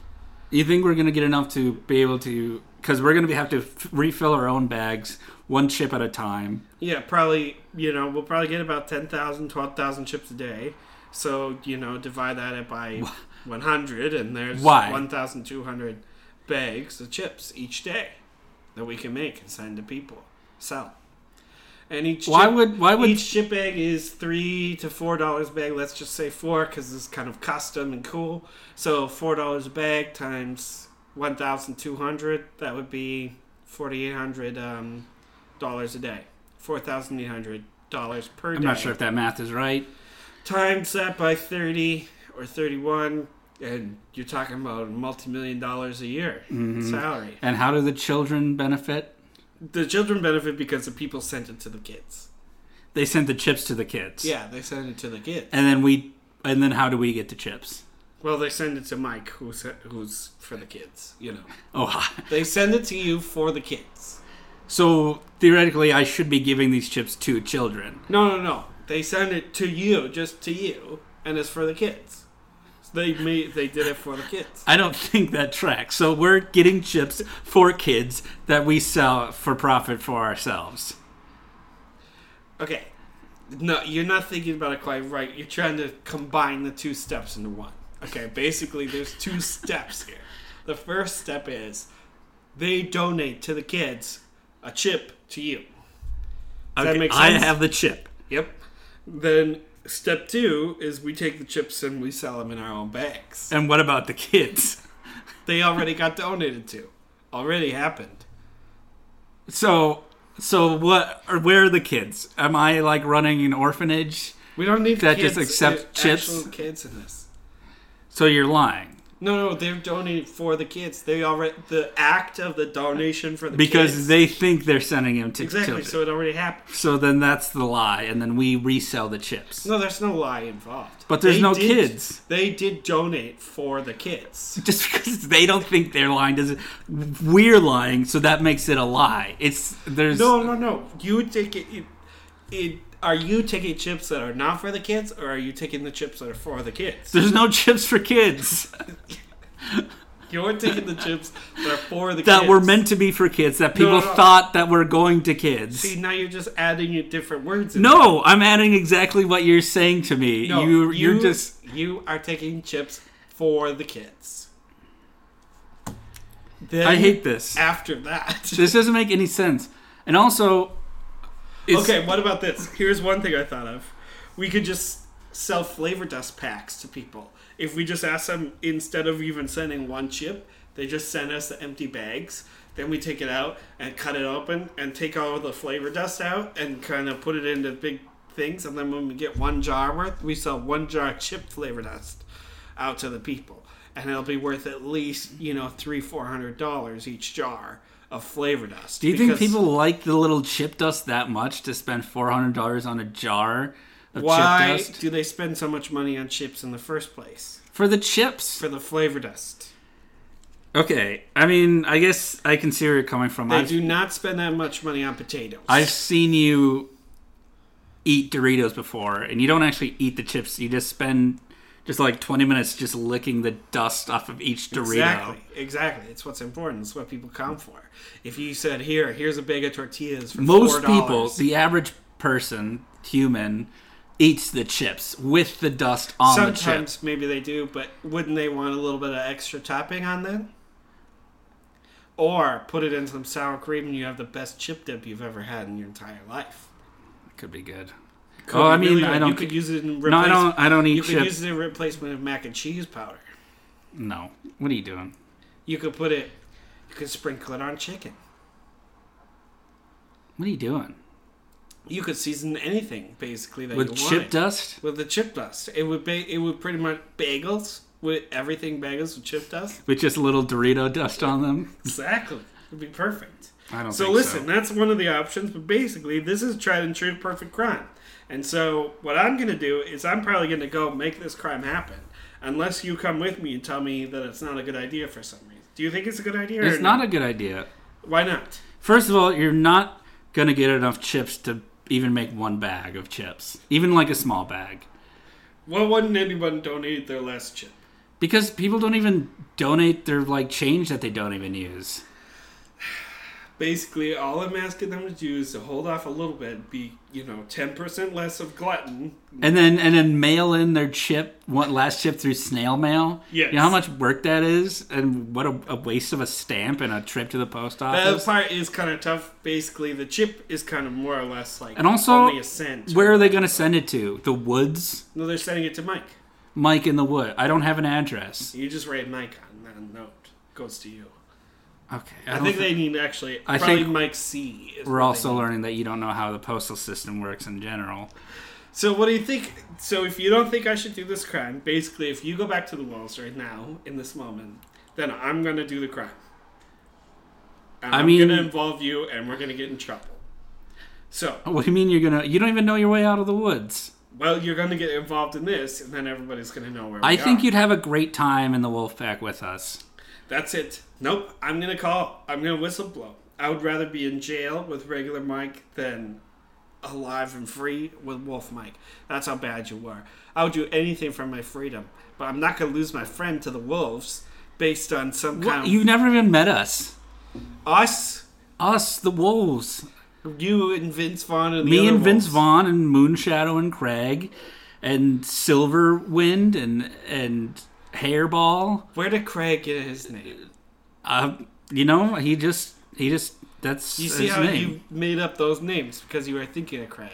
S2: You think we're going to get enough to be able to cuz we're going to have to f- refill our own bags one chip at a time.
S1: Yeah, probably, you know, we'll probably get about 10,000, 12,000 chips a day. So, you know, divide that by 100, and there's
S2: Why?
S1: 1,200 bags of chips each day that we can make and send to people, sell. And each
S2: Why
S1: chip,
S2: would why would
S1: each chip bag is three to four dollars a bag. Let's just say four because it's kind of custom and cool. So four dollars a bag times one thousand two hundred. That would be forty eight hundred um, dollars a day. Four thousand eight hundred dollars per
S2: I'm
S1: day.
S2: not sure if that math is right.
S1: Times that by thirty or thirty one, and you're talking about multi million dollars a year
S2: Mm-hmm.
S1: salary.
S2: And how do the children benefit?
S1: The children benefit because the people sent it to the kids.
S2: They send the chips to the kids.
S1: Yeah, they sent it to the kids.
S2: And then we and then how do we get the chips?
S1: Well, they send it to Mike, who's who's for the kids. You know,
S2: Oh,
S1: they send it to you for the kids.
S2: so theoretically I should be giving these chips to children.
S1: No, no, no. They send it to you, just to you, and it's for the kids. So they made, they did it for the kids.
S2: I don't think that tracks. So we're getting chips for kids that we sell for profit for ourselves.
S1: Okay, no, you're not thinking about it quite right. You're trying to combine the two steps into one. Okay, basically, there's two steps here. The first step is they donate to the kids a chip to you. Does that
S2: Okay,
S1: make
S2: I
S1: sense?
S2: have the chip.
S1: Yep. Then step two is we take the chips and we sell them in our own bags.
S2: And what about the kids?
S1: They already got donated to. Already happened.
S2: So so what or where are the kids? Am I like running an orphanage?
S1: We don't need
S2: That
S1: kids,
S2: just accept
S1: uh,
S2: chips?
S1: actual kids in this.
S2: So you're lying
S1: No, no, they're donating for the kids. They already the act of the donation for the
S2: because
S1: kids.
S2: they think they're sending him to
S1: exactly.
S2: children.
S1: So it already happened.
S2: So then that's the lie, and then we resell the chips.
S1: No, there's no lie involved.
S2: But there's
S1: They
S2: no
S1: did-
S2: kids.
S1: They did donate for the kids.
S2: Just because they don't think they're lying doesn't. We're lying, so that makes it a lie. It's there's
S1: No, no, no. You take it. it, it are you taking chips that are not for the kids, or are you taking the chips that are for the kids?
S2: there's no chips for kids
S1: You're taking the chips that are for the
S2: that
S1: kids.
S2: were meant to be for kids that people
S1: no, no.
S2: thought that were going to kids.
S1: See, now you're just adding you different words. in
S2: no, I'm adding exactly what you're saying to me.
S1: there. No,
S2: you you're just
S1: you are taking chips for the kids. Then
S2: I hate this.
S1: after that.
S2: This doesn't make any sense. And also, it's,
S1: Okay, what about this? Here's one thing I thought of. We could just sell flavor dust packs to people. If we just ask them, instead of even sending one chip, they just send us the empty bags. Then we take it out and cut it open and take all the flavor dust out and kind of put it into big things. And then when we get one jar worth, we sell one jar of chip flavor dust out to the people. And it'll be worth at least, you know, three, four hundred dollars each jar of flavor dust.
S2: Do you think people like the little chip dust that much to spend four hundred dollars on a jar of
S1: Why
S2: chip dust
S1: do they spend so much money on chips in the first place?
S2: for the chips?
S1: For the flavor dust.
S2: Okay, I mean, I guess I can see where you're coming from.
S1: They
S2: I've,
S1: do not spend that much money on potatoes.
S2: I've seen you eat Doritos before, and you don't actually eat the chips. You just spend just like twenty minutes just licking the dust off of each Dorito.
S1: exactly, exactly. It's what's important. It's what people come for. If you said, "Here, here's a bag of tortillas for
S2: Most
S1: $4.
S2: people, the average person, human, eats the chips with the dust on the chips.
S1: sometimes maybe they do, but wouldn't they want a little bit of extra topping on that? Or put it in some sour cream, and you have the best chip dip you've ever had in your entire life.
S2: Could be good.
S1: Could
S2: oh,
S1: be
S2: I mean,
S1: really good.
S2: I don't.
S1: You could use it in
S2: no, I don't. I don't eat
S1: You could
S2: chips.
S1: use it in replacement of mac and cheese powder.
S2: No. What are you doing?
S1: You could put it. You could sprinkle it on chicken.
S2: What are you doing?
S1: You could season anything basically that
S2: With
S1: you
S2: chip
S1: wanted.
S2: dust?
S1: With the chip dust, it would be. It would pretty much bagels with everything bagels with chip dust.
S2: With just a little Dorito dust on them?
S1: Exactly, it'd be perfect.
S2: I don't
S1: So
S2: think
S1: listen,
S2: so.
S1: that's one of the options. But basically, this is tried and true perfect crime. And so what I'm gonna do is I'm probably gonna go make this crime happen, unless you come with me and tell me that it's not a good idea for some reason. Do you think it's a good idea?
S2: It's
S1: or
S2: not
S1: no?
S2: a good idea.
S1: Why not?
S2: First of all, you're not going to get enough chips to even make one bag of chips, even like a small bag.
S1: Why wouldn't anyone donate their last chip?
S2: Because people don't even donate their like change that they don't even use.
S1: Basically, all I'm asking them to do is to hold off a little bit, be, you know, 10% less of glutton.
S2: And then and then mail in their chip, what last chip through snail mail.
S1: Yes.
S2: You know how much work that is, and what a, a waste of a stamp and a trip to the post
S1: That
S2: office.
S1: part is kind of tough. Basically, the chip is kind of more or less like
S2: And also,
S1: only a cent.
S2: Where are they going to send it to? The woods?
S1: No, they're sending it to Mike.
S2: Mike in the wood. I don't have an address.
S1: You just write Mike on that note. Goes to you.
S2: Okay.
S1: I,
S2: don't
S1: think
S2: thi-
S1: they need actually
S2: I
S1: probably
S2: think
S1: Mike C. is
S2: we're
S1: what they
S2: also
S1: need.
S2: learning that you don't know how the postal system works in general.
S1: So what do you think? So if you don't think I should do this crime, basically, if you go back to the walls right now in this moment, then I'm gonna do the crime. And
S2: I
S1: I'm
S2: mean-
S1: gonna involve you, and we're gonna get in trouble. So,
S2: What do you mean you're gonna? You don't even know your way out of the woods.
S1: well, you're gonna get involved in this, and then everybody's gonna know where.
S2: I
S1: we
S2: think
S1: are.
S2: you'd have a great time in the wolf pack with us.
S1: That's it. Nope. I'm gonna call. I'm gonna whistle blow. I would rather be in jail with regular Mike than alive and free with Wolf Mike. That's how bad you were. I would do anything for my freedom, but I'm not gonna lose my friend to the wolves based on some kind of
S2: You've never even met us.
S1: us.
S2: Us, the wolves.
S1: You and Vince Vaughn and the
S2: me
S1: other
S2: and Vince
S1: wolves.
S2: Vaughn and Moonshadow and Craig and Silverwind and and Hairball.
S1: Where did Craig get his name?
S2: Uh, you know, he just he just that's
S1: You
S2: his
S1: see how
S2: name.
S1: you made up those names because you were thinking of Craig.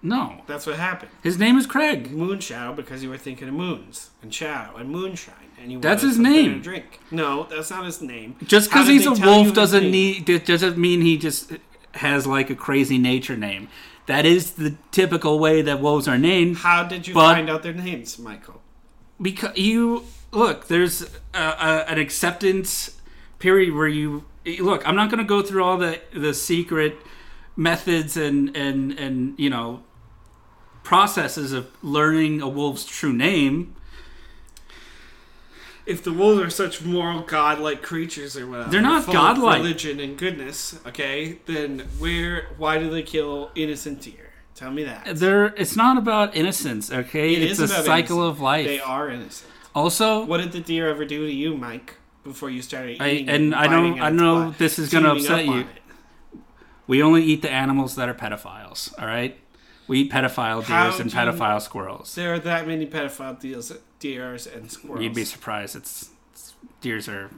S2: No,
S1: That's what happened.
S2: his name is Craig.
S1: Moonshadow because you were thinking of moons and shadow and moonshine and you
S2: That's
S1: wanted
S2: his
S1: something
S2: name.
S1: to drink. No, that's not his name.
S2: Just
S1: How
S2: because
S1: did
S2: he's
S1: they
S2: a
S1: tell you
S2: wolf
S1: his
S2: doesn't
S1: name?
S2: need that doesn't mean he just has like a crazy nature name. That is the typical way that wolves are named
S1: How did you
S2: But-
S1: find out their names, Michael?
S2: because you look, there's a, a, an acceptance period where you look. I'm not going to go through all the the secret methods and and and you know processes of learning a wolf's true name.
S1: If the wolves are such moral, godlike creatures or whatever,
S2: They're not
S1: full of
S2: godlike.
S1: Religion and goodness, okay? Then where? Why do they kill innocent deer? Tell me that.
S2: There, it's not about innocence, okay?
S1: It
S2: it's
S1: is
S2: a
S1: about
S2: cycle
S1: innocence.
S2: of life.
S1: They are innocent.
S2: Also,
S1: What did the deer ever do to you, Mike? Before you started
S2: I-
S1: eating,
S2: and I
S1: biting
S2: don't-
S1: at
S2: I
S1: its
S2: know
S1: butt,
S2: this is gonna
S1: chewing
S2: upset
S1: up
S2: you.
S1: on it.
S2: we only eat the animals that are pedophiles. All right, we eat pedophile
S1: How
S2: deers and
S1: do you-
S2: pedophile squirrels.
S1: There are that many pedophile deals, deers and squirrels.
S2: You'd be surprised. It's, it's deers are,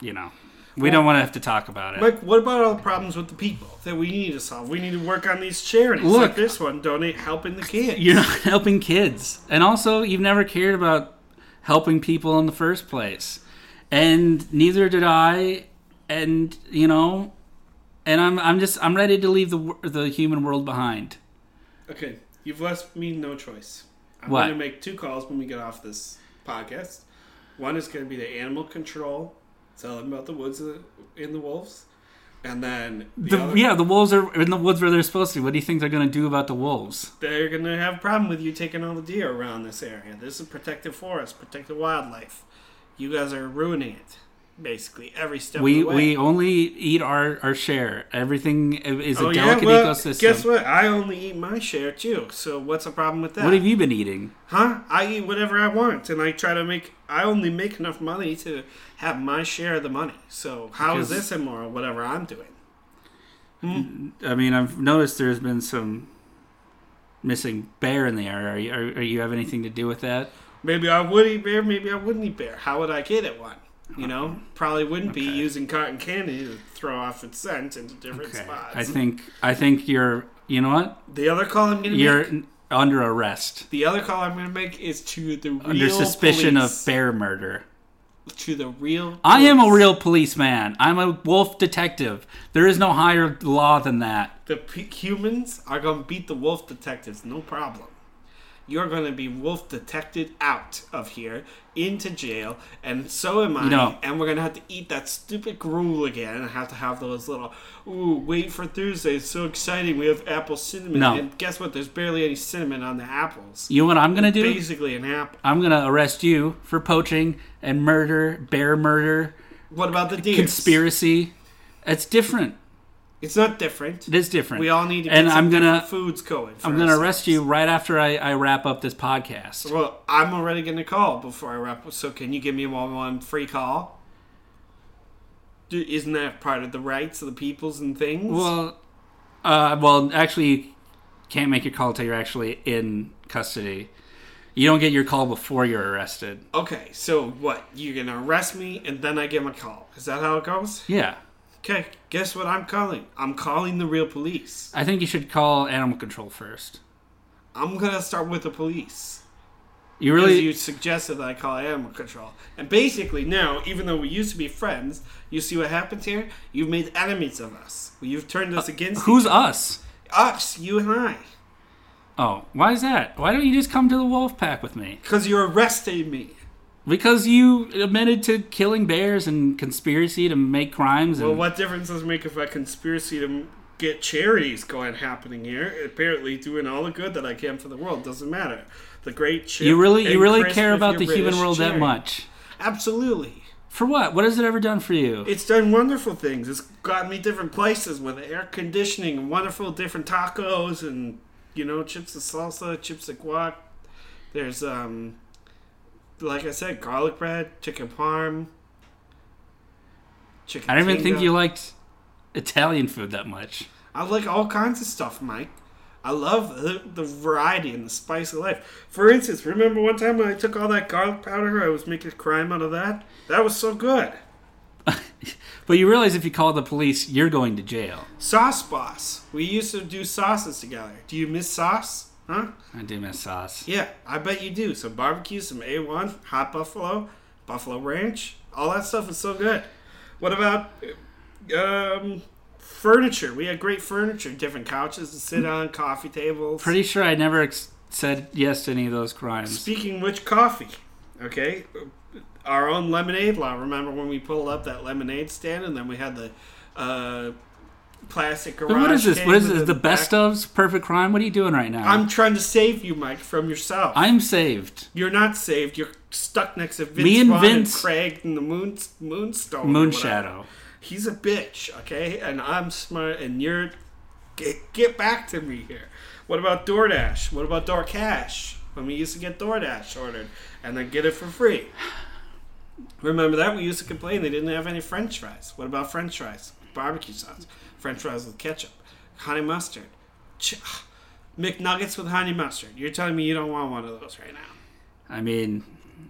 S2: you know, we don't want to have to talk about it.
S1: Mike, what about all the problems with the people that we need to solve? We need to work on these charities
S2: Look-
S1: like this one, donate helping the kids.
S2: You're not helping kids, and also you've never cared about helping people in the first place, and neither did I. And you know, and I'm I'm just I'm ready to leave the wor- the human world behind.
S1: Okay, you've left me no choice. I'm
S2: What?
S1: going to make two calls when we get off this podcast. One is going to be the animal control, tell them about the woods and the- and the wolves, and then the
S2: The,
S1: other,
S2: yeah, the wolves are in the woods where they're supposed to. What do you think they're going to do about the wolves?
S1: they're going to have a problem with you taking all the deer around this area. This is protected forest, protected wildlife. You guys are ruining it, basically every step
S2: We
S1: of the way.
S2: we only eat our, our share. Everything is a
S1: Oh,
S2: delicate
S1: well,
S2: ecosystem.
S1: Guess what? I only eat my share too. So what's the problem with that?
S2: What have you been eating?
S1: Huh? I eat whatever I want, and I try to make. I only make enough money to have my share of the money. So how is
S2: Because-
S1: this immoral? Whatever I'm doing.
S2: I mean, I've noticed there's been some missing bear in the area. Are you, are, are you have anything to do with that?
S1: Maybe I would eat bear. Maybe I wouldn't eat bear. How would I get at one? You know, probably wouldn't be
S2: Okay.
S1: using cotton candy to throw off its scent into different spots.
S2: I think I think you're. You know what?
S1: the other call I'm gonna
S2: You're
S1: make.
S2: n- under arrest
S1: The other call I'm gonna make is to the real
S2: under suspicion
S1: police.
S2: of bear murder.
S1: to the real.
S2: I am a
S1: police.
S2: real policeman. I'm a wolf detective. There is no higher law than that.
S1: The p- humans are going to beat the wolf detectives, no problem. You're going to be wolf detected out of here, into jail, and so am I.
S2: know-
S1: and we're going to have to eat that stupid gruel again and have to have those little, ooh, wait for Thursday. It's so exciting. We have apple cinnamon.
S2: No.
S1: And guess what? There's barely any cinnamon on the apples.
S2: You know what I'm gonna do?
S1: Basically, an apple.
S2: I'm gonna arrest you for poaching and murder, bear murder,
S1: What about the deer?
S2: conspiracy. It's different.
S1: It's not different.
S2: It is different.
S1: We all need to get
S2: and
S1: some
S2: I'm gonna
S1: different foods going. for
S2: I'm gonna
S1: ourselves.
S2: arrest you right after I, I wrap up this podcast.
S1: Well, I'm already going to call before I wrap up. So can you give me a one one free call? D- Isn't that part of the rights of the peoples and things?
S2: Well, uh, well, actually, you can't make your call till you're actually in custody. You don't get your call before you're arrested.
S1: okay. So what? You're going to arrest me and then I give him a call. Is that how it goes?
S2: Yeah,
S1: Okay. Guess what I'm calling? I'm calling the real police.
S2: I think you should call animal control first.
S1: I'm going to start with the police.
S2: You
S1: Because
S2: really
S1: you suggested that I call animal control. And basically now, even though we used to be friends, you see what happens here? You've made enemies of us. You've turned
S2: Uh,
S1: us against
S2: who's us?
S1: us, you and I.
S2: Oh, why is that? Why don't you just come to the wolf pack with me?
S1: Because you arrested me.
S2: Because you admitted to killing bears and conspiracy to make crimes. And
S1: Well, what difference does it make if I conspiracy to m- get charities going happening here? Apparently, doing all the good that I can for the world doesn't matter. The great chip
S2: you really, you
S1: and
S2: really
S1: crisp
S2: care
S1: if
S2: about
S1: you're
S2: the human
S1: British
S2: world that
S1: charity.
S2: much?
S1: Absolutely.
S2: For what? What has it ever done for you?
S1: It's done wonderful things. It's gotten me different places with air conditioning and wonderful different tacos and you know chips of salsa, chips of guac. There's um, like I said, garlic bread, chicken parm, chicken.
S2: I don't even think
S1: tinga.
S2: you liked Italian food that much.
S1: I like all kinds of stuff, Mike. I love the, the variety and the spice of life. For instance, remember one time when I took all that garlic powder, I was making a crime out of that? That was so good.
S2: But you realize if you call the police, you're going to jail.
S1: Sauce Boss. We used to do sauces together. Do you miss sauce? Huh?
S2: I do miss sauce.
S1: Yeah, I bet you do. Some barbecue, some A1, hot buffalo, buffalo ranch. All that stuff is so good. What about um, furniture? We had great furniture, different couches to sit on, coffee tables.
S2: Pretty sure I never ex- said yes to any of those crimes.
S1: Speaking which, coffee. Okay, our own lemonade law. Remember when we pulled up that lemonade stand and then we had the uh, plastic garage?
S2: What is this?
S1: cake
S2: What is
S1: with
S2: this? The best
S1: back-
S2: of's perfect crime. What are you doing right now?
S1: I'm trying to save you, Mike, from yourself.
S2: I'm saved.
S1: You're not saved. You're stuck next to Vince
S2: Me and
S1: Vaughn
S2: Vince-
S1: Craig and the moon, Moonstone. or whatever.
S2: Moonshadow.
S1: He's a bitch, okay? And I'm smart, and you're. Get, get back to me here. What about DoorDash? What about DoorCash? When we used to get DoorDash ordered and then get it for free. Remember that? We used to complain they didn't have any french fries. What about french fries? Barbecue sauce. French fries with ketchup. Honey mustard. Ch- McNuggets with honey mustard. You're telling me you don't want one of those right now.
S2: I mean,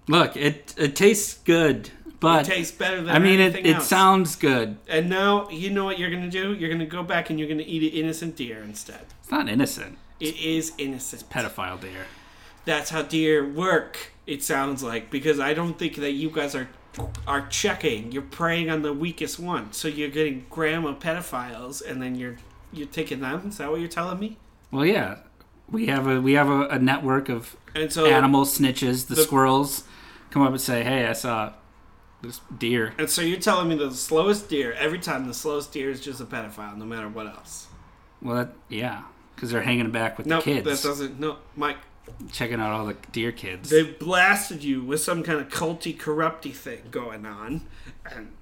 S2: look, it it tastes good, but
S1: tastes better than
S2: I mean, it,
S1: anything
S2: it
S1: else.
S2: sounds good.
S1: And now you know what you're gonna do. You're gonna go back and you're gonna eat an innocent deer instead.
S2: It's not innocent.
S1: It is innocent.
S2: Pedophile deer.
S1: That's how deer work. It sounds like because I don't think that you guys are are checking. You're preying on the weakest one, so you're getting grandma pedophiles, and then you're you're taking them. Is that what you're telling me?
S2: Well, yeah, we have a we have a, a network of
S1: And so
S2: animal snitches. The,
S1: the-
S2: squirrels come up and say, "Hey, I saw this deer."
S1: and so you're telling me that the slowest deer every time the slowest deer is just a pedophile, no matter what else.
S2: Well, that, yeah, because they're hanging back with
S1: No,
S2: the kids,
S1: that doesn't. No, Mike.
S2: checking out all the deer kids.
S1: they blasted you with some kind of culty corrupty thing going on and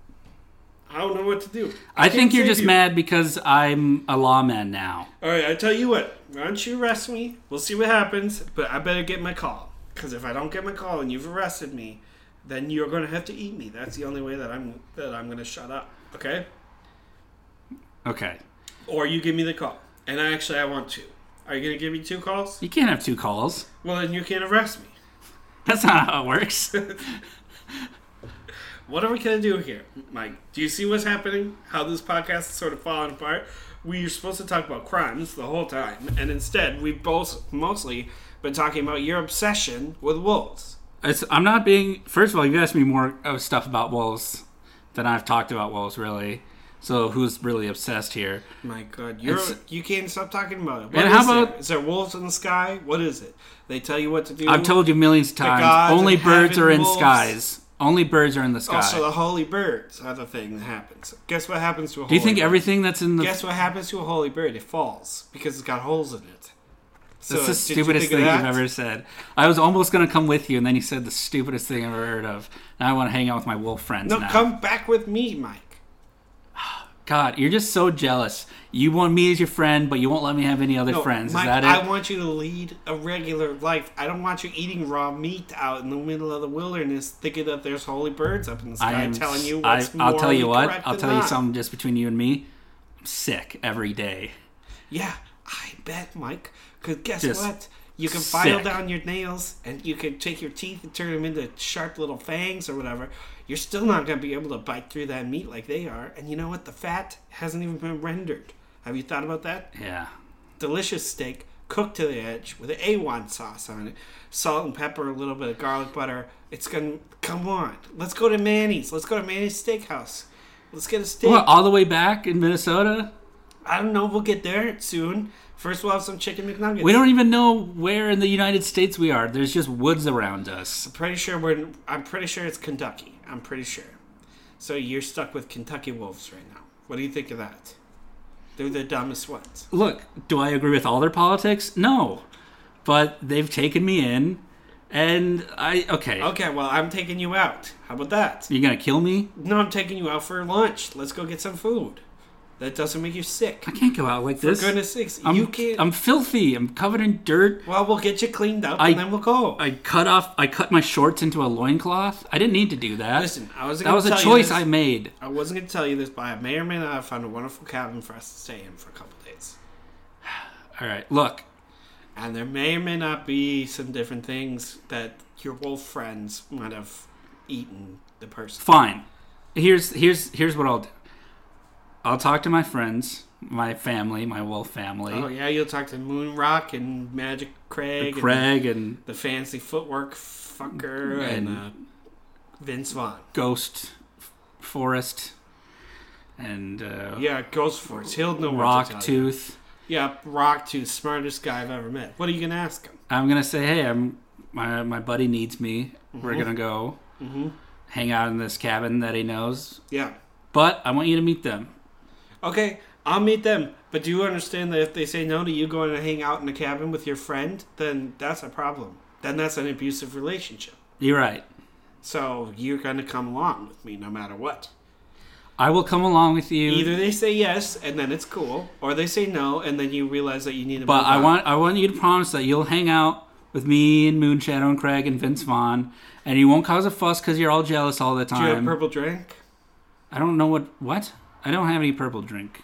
S1: i don't know what to do
S2: I think
S1: can't
S2: you're
S1: save
S2: just
S1: you.
S2: mad because I'm a lawman now.
S1: all right i tell you what why don't you arrest me we'll see what happens but i better get my call because if i don't get my call and you've arrested me then you're gonna have to eat me that's the only way that i'm that i'm gonna shut up okay
S2: Okay,
S1: or you give me the call and I actually i want two are you gonna give me two calls
S2: you can't have two calls.
S1: well then you can't arrest me
S2: That's not how it works.
S1: What are we gonna do here, Mike? Do you see what's happening? How this podcast is sort of falling apart? We are supposed to talk about crimes the whole time, and instead we've both mostly been talking about your obsession with wolves.
S2: It's, I'm not being. First of all, you've asked me more of stuff about wolves than I've talked about wolves, really. So who's really obsessed here?
S1: My God, you're
S2: It's-
S1: you can't stop talking about it. What
S2: And how
S1: is there?
S2: about-
S1: is there wolves in the sky? What is it? They tell you what to do.
S2: I've told you millions of
S1: gods
S2: times. Only
S1: in
S2: birds
S1: heaven,
S2: are in
S1: wolves.
S2: skies. Only birds are in the sky.
S1: also oh, the holy birds are the thing that happens. Guess what happens to a
S2: Do
S1: holy
S2: you think
S1: bird?
S2: everything that's in the
S1: Guess what happens to a holy bird? It falls because it's got holes in it. So,
S2: That's the
S1: did you
S2: stupidest
S1: think of
S2: thing you've
S1: that?
S2: ever said. I was almost gonna come with you, and then you said the stupidest thing I've ever heard of. Now I want to hang out with my wolf friends.
S1: No,
S2: now.
S1: come back with me, Mike.
S2: God, you're just so jealous. You want me as your friend, but you won't let me have any other
S1: No,
S2: friends.
S1: Mike,
S2: Is that
S1: I
S2: it?
S1: want you to lead a regular life. I don't want you eating raw meat out in the middle of the wilderness, thinking that there's holy birds up in the sky telling you what's
S2: I, will tell
S1: morally
S2: you what.
S1: correct
S2: I'll
S1: and
S2: tell you
S1: not.
S2: something just between you and me. I'm sick every day.
S1: Yeah, I bet, Mike. Because guess
S2: Just
S1: what? You can file
S2: sick.
S1: down your nails, and you can take your teeth and turn them into sharp little fangs or whatever. You're still not going to be able to bite through that meat like they are. And you know what? The fat hasn't even been rendered. Have you thought about that?
S2: Yeah.
S1: delicious steak cooked to the edge with an A1 sauce on it, salt and pepper, a little bit of garlic butter. It's gonna come on. Let's go to Manny's. Let's go to Manny's Steakhouse. Let's get a steak.
S2: What? All the way back in Minnesota?
S1: I don't know. We'll get there soon. First, we'll have some chicken McNuggets.
S2: We don't even know where in the United States we are. There's just woods around us.
S1: Pretty sure we're. I'm pretty sure it's Kentucky. I'm pretty sure. So you're stuck with Kentucky Wolves right now. What do you think of that? They're the dumbest ones.
S2: look, do I agree with all their politics? No. But they've taken me in and I okay.
S1: Okay, well, I'm taking you out. How about that?
S2: You're gonna kill me?
S1: No, I'm taking you out for lunch. Let's go get some food. That doesn't make you sick.
S2: I can't go out like this.
S1: Goodness sakes,
S2: I'm,
S1: you can't.
S2: I'm filthy. I'm covered in dirt.
S1: well, we'll get you cleaned up
S2: I-
S1: and then we'll go.
S2: I cut off I cut my shorts into a loincloth. I didn't need to do that.
S1: Listen, I wasn't
S2: that
S1: gonna
S2: was a
S1: tell you
S2: choice
S1: this-
S2: I made.
S1: I wasn't going to tell you this, but I may or may not have found a wonderful cabin for us to stay in for a couple days.
S2: Alright, look.
S1: And there may or may not be some different things that your wolf friends might have eaten the person.
S2: Fine. Here's here's here's what I'll do. I'll talk to my friends, my family, my wolf family.
S1: Oh, yeah, you'll talk to Moon Rock and Magic Craig, and
S2: Craig and
S1: the fancy footwork fucker and,
S2: And-
S1: uh, Vince Vaughn.
S2: Ghost f- Forest and uh,
S1: Yeah, Ghost Force. He'll know what to
S2: Rock
S1: tell you.
S2: Tooth.
S1: Yeah, Rock Tooth, smartest guy I've ever met. What are you gonna ask him? Mm-hmm.
S2: I'm gonna say, hey, I'm my my buddy needs me. We're gonna go. hang out in this cabin that he knows.
S1: Yeah.
S2: But I want you to meet them.
S1: Okay, I'll meet them. But do you understand that if they say no to you going to hang out in a cabin with your friend, then that's a problem. Then that's an abusive relationship.
S2: You're right.
S1: So you're going to come along with me no matter what.
S2: I will come along with you.
S1: Either they say yes and then it's cool, or they say no and then you realize that you need to.
S2: But
S1: move
S2: I
S1: on.
S2: want I want you to promise that you'll hang out with me and Moonshadow and Craig and Vince Vaughn, and you won't cause a fuss because you're all jealous all the
S1: Do you have
S2: time.
S1: purple drink?
S2: I don't know what what I don't have any purple drink.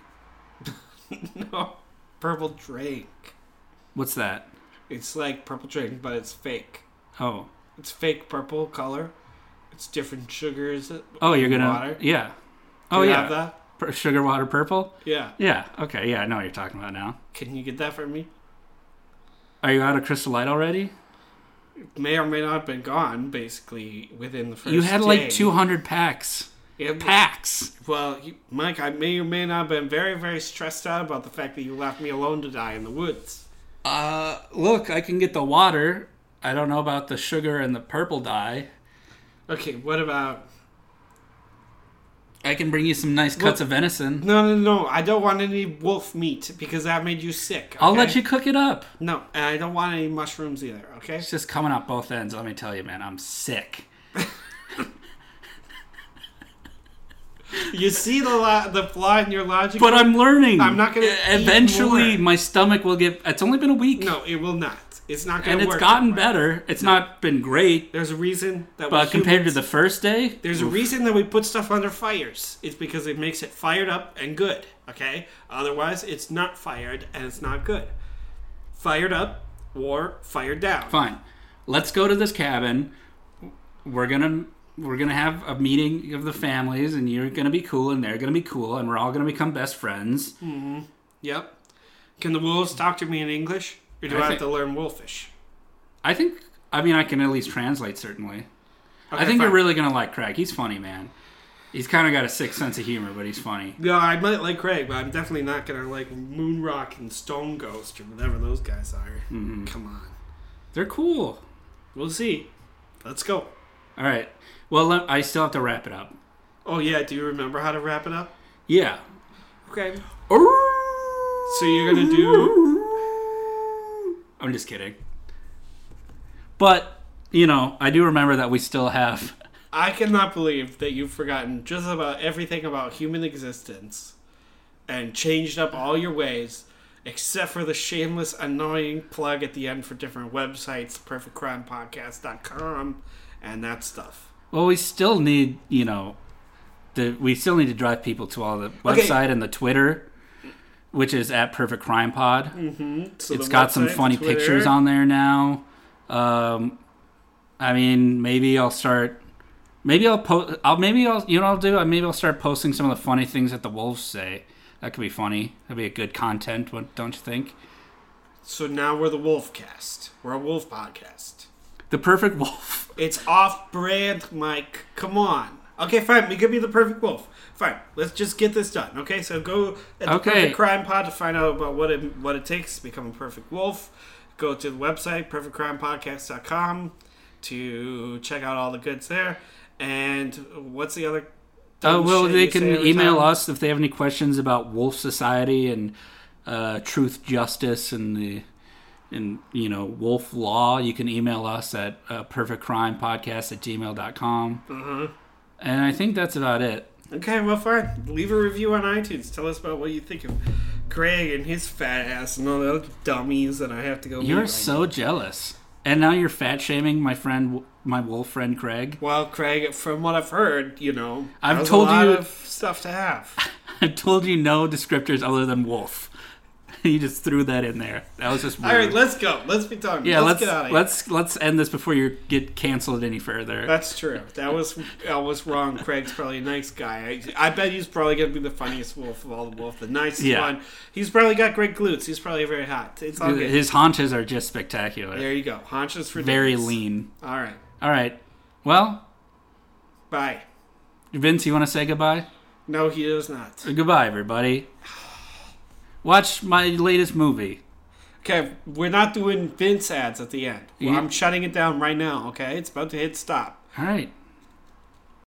S1: No, purple drink.
S2: What's that?
S1: It's like purple drink, but it's fake.
S2: Oh
S1: It's fake purple color. It's different sugars.
S2: oh, you're gonna
S1: Water?
S2: yeah.
S1: Do
S2: Oh
S1: you
S2: yeah,
S1: have that?
S2: Pur- sugar water purple.
S1: Yeah.
S2: Yeah. Okay. Yeah, I know what you're talking about now.
S1: Can you get that for me?
S2: Are you out of Crystal Light already?
S1: It may or may not have been gone. Basically, within the first.
S2: you had
S1: day.
S2: like 200 packs.
S1: It-
S2: Packs.
S1: Well, you- Mike, I may or may not have been very, very stressed out about the fact that you left me alone to die in the woods.
S2: Uh, look, I can get the water. I don't know about the sugar and the purple dye.
S1: Okay, what about?
S2: I can bring you some nice cuts of venison.
S1: No, no, no! I don't want any wolf meat because that made you sick.
S2: I'll
S1: okay?
S2: let you cook it up.
S1: No, and I don't want any mushrooms either. Okay.
S2: It's just coming out both ends. Let me tell you, man, I'm sick.
S1: You see the lo- the flaw in your logic.
S2: But I'm learning.
S1: I'm not gonna
S2: E-
S1: eat
S2: Eventually,
S1: more.
S2: my stomach will get. It's only been a week,
S1: no, it will not. It's not going
S2: and
S1: to work.
S2: it's gotten
S1: that way.
S2: better. It's not been great,
S1: There's a reason that
S2: but
S1: we
S2: compared to
S1: humans-
S2: the first day,
S1: There's a reason that we put stuff under fires. It's because it makes it fired up and good, okay? Otherwise, it's not fired and it's not good. Fired up or fired down.
S2: fine. Let's go to this cabin. We're gonna we're gonna have a meeting of the families, and you're gonna be cool, and they're gonna be cool, and we're all gonna become best friends.
S1: Yep. Can the wolves talk to me in English? Or do
S2: I
S1: I, have
S2: think-
S1: to learn wolfish?
S2: I think. I mean, I can at least translate. Certainly, I
S1: Okay,
S2: think
S1: fine.
S2: you're really gonna like Craig. He's funny, man. He's kind of got a sick sense of humor, but he's funny.
S1: No, I might like Craig, but I'm definitely not going to like Moonrock and Stone Ghost or whatever those guys are.
S2: Mm-hmm.
S1: Come on.
S2: They're cool.
S1: We'll see. Let's go.
S2: All right. Well, let- I still have to wrap it up.
S1: Oh, yeah, do you remember how to wrap it up?
S2: Yeah.
S1: Okay.
S2: So
S1: So you're going to do.
S2: I'm just kidding. But you know, I do remember that we still have.
S1: I cannot believe that you've forgotten just about everything about human existence and changed up all your ways except for the shameless, annoying plug at the end for different websites, perfectcrimepodcast.com, and that stuff.
S2: Well, we still need you know, the we still need to drive people to all the
S1: Okay.
S2: website and the Twitter, which is at Perfect Crime Pod.
S1: So
S2: it's
S1: the
S2: got some
S1: website,
S2: funny
S1: Twitter-
S2: pictures on there now. Um, I mean, maybe I'll start. Maybe I'll post. I'll maybe I'll you know what I'll do. Maybe I'll start posting some of the funny things that the wolves say. That could be funny. That'd be a good content, what- don't you think?
S1: So now we're the Wolf Cast. We're a wolf podcast.
S2: The perfect wolf.
S1: It's off brand, Mike. Come on. Okay, fine. We could be the perfect wolf. Fine. Let's just get this done. Okay, so go at the
S2: Okay.
S1: perfect crime pod to find out about what it what it takes to become a perfect wolf. Go to the website perfectcrimepodcast.com to check out all the goods there. And what's the other?
S2: Uh,
S1: dumb
S2: well,
S1: shit
S2: they
S1: you
S2: can
S1: say every
S2: email
S1: time?
S2: us if they have any questions about Wolf Society and uh, Truth, Justice, and the and you know Wolf Law. You can email us at uh, perfectcrimepodcast at gmail.com. Mm-hmm. And I think that's about it.
S1: Okay, well, fine. Leave a review on iTunes. Tell us about what you think of Craig and his fat ass and all the other dummies that I have to go. meet
S2: You're
S1: right now.
S2: so jealous, and now you're fat shaming my friend, my wolf friend Craig.
S1: Well, Craig, from what I've heard, you know,
S2: I've
S1: there's
S2: told
S1: a lot
S2: you-
S1: of stuff to have.
S2: I've told you no descriptors other than wolf. you just threw that in there. That was just weird.
S1: All right, let's go. Let's be talking.
S2: yeah, let's
S1: get out of here.
S2: let's let's end this before you get canceled any further.
S1: That's true. That was I was wrong. Craig's probably a nice guy. I, I bet he's probably gonna be the funniest wolf of all the wolf, the nicest
S2: Yeah.
S1: one. He's probably got great glutes. He's probably very hot. It's all good.
S2: His haunches are just spectacular.
S1: there you go. Haunches for
S2: Very
S1: days.
S2: lean.
S1: All right.
S2: All right. Well,
S1: Bye.
S2: Vince, you want to say goodbye?
S1: No, he does not.
S2: Goodbye, everybody. Watch my latest movie.
S1: Okay, we're not doing Vince ads at the end. Well,
S2: You-
S1: I'm shutting it down right now. Okay, it's about to hit stop.
S2: All right.